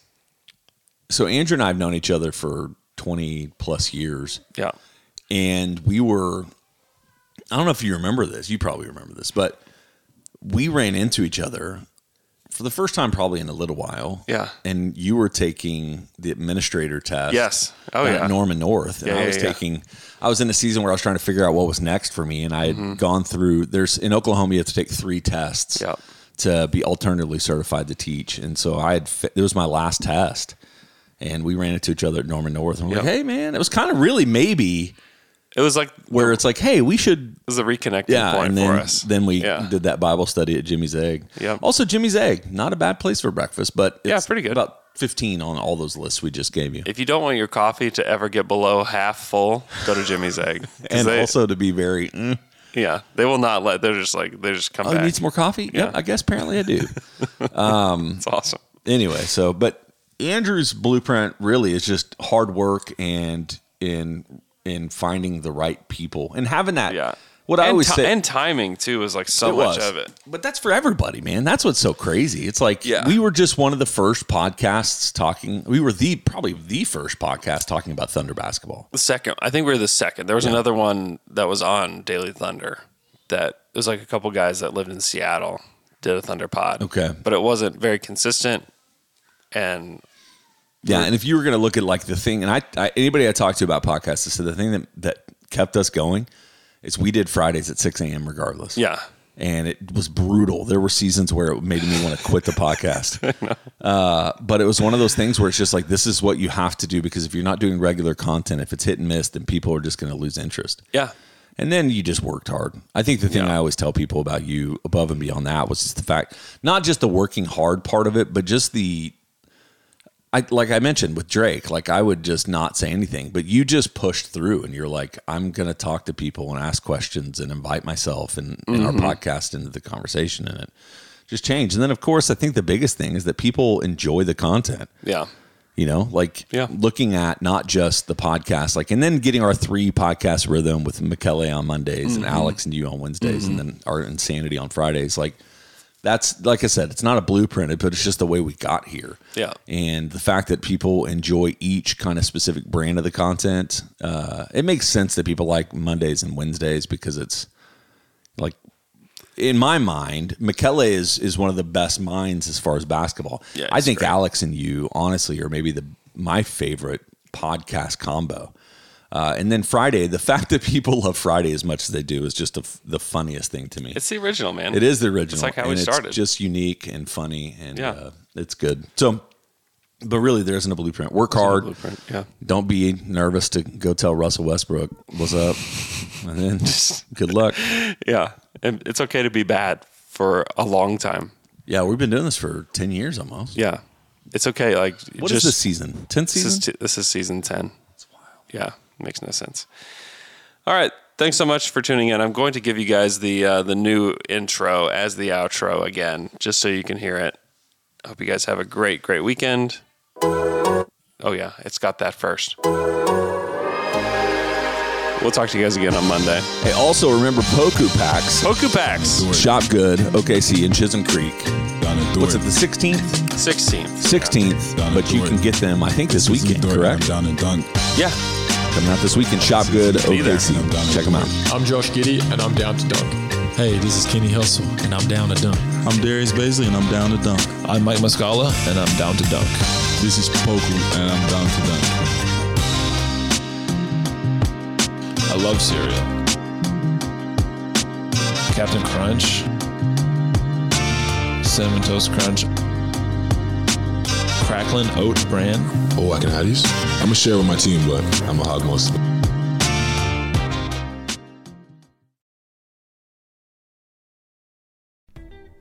Speaker 3: so Andrew and I have known each other for twenty plus years.
Speaker 4: Yeah,
Speaker 3: and we were. I don't know if you remember this. You probably remember this, but we ran into each other for the first time probably in a little while.
Speaker 4: Yeah.
Speaker 3: and you were taking the administrator test.
Speaker 4: Yes. Oh,
Speaker 3: at
Speaker 4: yeah.
Speaker 3: Norman North, and
Speaker 4: Yeah,
Speaker 3: I
Speaker 4: yeah,
Speaker 3: was
Speaker 4: yeah.
Speaker 3: taking. I was in a season where I was trying to figure out what was next for me, and I had
Speaker 4: Mm-hmm.
Speaker 3: gone through. There's in Oklahoma, you have to take three tests to be alternatively certified to teach, and so I had. fi- It was my last test, and we ran into each other at Norman North, and we're like, "Hey, man!" It was kind of really maybe.
Speaker 4: It was like
Speaker 3: where it's like, "Hey, we should."
Speaker 4: It was a reconnecting
Speaker 3: Yeah,
Speaker 4: point
Speaker 3: and then
Speaker 4: for us.
Speaker 3: then we did that Bible study at Jimmy's Egg. Yeah. Also, Jimmy's Egg, not a bad place for breakfast, but it's yeah, pretty good. About fifteen on all those lists we just gave you.
Speaker 4: If you don't want your coffee to ever get below half full, go to Jimmy's Egg. 'Cause
Speaker 3: <laughs> and
Speaker 4: they-
Speaker 3: also to be very, mm,
Speaker 4: yeah, they will not let. They're just like they just come
Speaker 3: oh,
Speaker 4: back.
Speaker 3: you need some more coffee? Yep, I guess apparently I
Speaker 4: <laughs>
Speaker 3: do. um, it's
Speaker 4: awesome.
Speaker 3: Anyway, so but Andrew's blueprint really is just hard work and in in finding the right people and having that. Yeah. What I
Speaker 4: And
Speaker 3: always
Speaker 4: ti-
Speaker 3: say,
Speaker 4: and timing too is like so
Speaker 3: It
Speaker 4: much
Speaker 3: was.
Speaker 4: of it.
Speaker 3: But that's for everybody, man. That's what's so crazy. It's like we were just one of the first podcasts talking. We were the probably the first podcast talking about Thunder basketball.
Speaker 4: The second, I think we were the second. There was another one that was on Daily Thunder that it was like a couple guys that lived in Seattle did a Thunder pod.
Speaker 3: Okay.
Speaker 4: but it wasn't very consistent. And
Speaker 3: Yeah, and if you were going to look at like the thing, and I, I anybody I talked to about podcasts, I said the thing that that kept us going is we did Fridays at six a.m. regardless.
Speaker 4: Yeah.
Speaker 3: and it was brutal. There were seasons where it made me want to quit the podcast, uh, but it was one of those things where it's just like this is what you have to do because if you're not doing regular content, if it's hit and miss, then people are just going to lose interest.
Speaker 4: yeah,
Speaker 3: And then you just worked hard. I think the thing I always tell people about you, above and beyond that, was just the fact not just the working hard part of it, but just the, I like I mentioned with Drake, like I would just not say anything, but you just pushed through, and you're like, I'm gonna talk to people and ask questions and invite myself and, and our
Speaker 4: Mhm.
Speaker 3: podcast into the conversation, and it just changed. And then of course, I think the biggest thing is that people enjoy the content
Speaker 4: yeah,
Speaker 3: you know like looking at not just the podcast like and then getting our three podcast rhythm with Michele on mondays and
Speaker 4: Mhm.
Speaker 3: alex and you on wednesdays
Speaker 4: Mhm.
Speaker 3: and then our insanity on fridays like that's like i said it's not a blueprint but it's just the way we got here
Speaker 4: yeah,
Speaker 3: and the fact that people enjoy each kind of specific brand of the content uh, it makes sense that people like mondays and wednesdays because it's like in my mind Michele is is one of the best minds as far as basketball
Speaker 4: Yeah,
Speaker 3: i
Speaker 4: he's
Speaker 3: think alex and you honestly are maybe the my favorite podcast combo uh, and then friday the <laughs> fact that people love friday as much as they do is just the f the funniest thing to me
Speaker 4: it's the original man.
Speaker 3: it is the original.
Speaker 4: It's like how
Speaker 3: and uh,
Speaker 4: we started.
Speaker 3: It's just unique and funny, and
Speaker 4: Yeah.
Speaker 3: uh, it's good. So But really, there isn't a blueprint. Work
Speaker 4: There isn't a
Speaker 3: hard.
Speaker 4: blueprint, yeah.
Speaker 3: Don't be nervous to go tell Russell Westbrook what's up. And then just good luck.
Speaker 4: Yeah. And it's okay to be bad for a long time.
Speaker 3: Yeah, we've been doing this for 10 years almost.
Speaker 4: Yeah. It's okay. Like
Speaker 3: What is this season? 10th
Speaker 4: This is,
Speaker 3: season?
Speaker 4: t- this is season 10. That's wild. Yeah. Makes no sense. All right. Thanks so much for tuning in. I'm going to give you guys the uh, the new intro as the outro again, just so you can hear it. Hope you guys have a great, great weekend. Oh yeah, it's got that first. We'll talk to you guys again on Monday.
Speaker 3: Hey, also remember Poku Packs.
Speaker 4: Poku Packs.
Speaker 3: Shop Good, OKC, in Chisholm Creek. What's it, the 16th?
Speaker 4: 16th.
Speaker 3: 16th. But you can get them, I think, this weekend, correct? Down and dunk.
Speaker 4: Yeah.
Speaker 3: Coming out this weekend. Shop Good, OKC. Check them out.
Speaker 2: I'm Josh Giddy, and I'm down to dunk.
Speaker 1: Hey, this is Kenny Hustle, and I'm down to dunk. I'm Darius Baisley, and I'm down to dunk. I'm Mike Muscala, and I'm down to dunk. This is Poku, and I'm down to dunk. I love cereal. Captain Crunch, Cinnamon Toast Crunch, Cracklin Oat Bran.
Speaker 8: Oh, I can have these? I'm gonna share with my team, but I'm gonna hog most of it.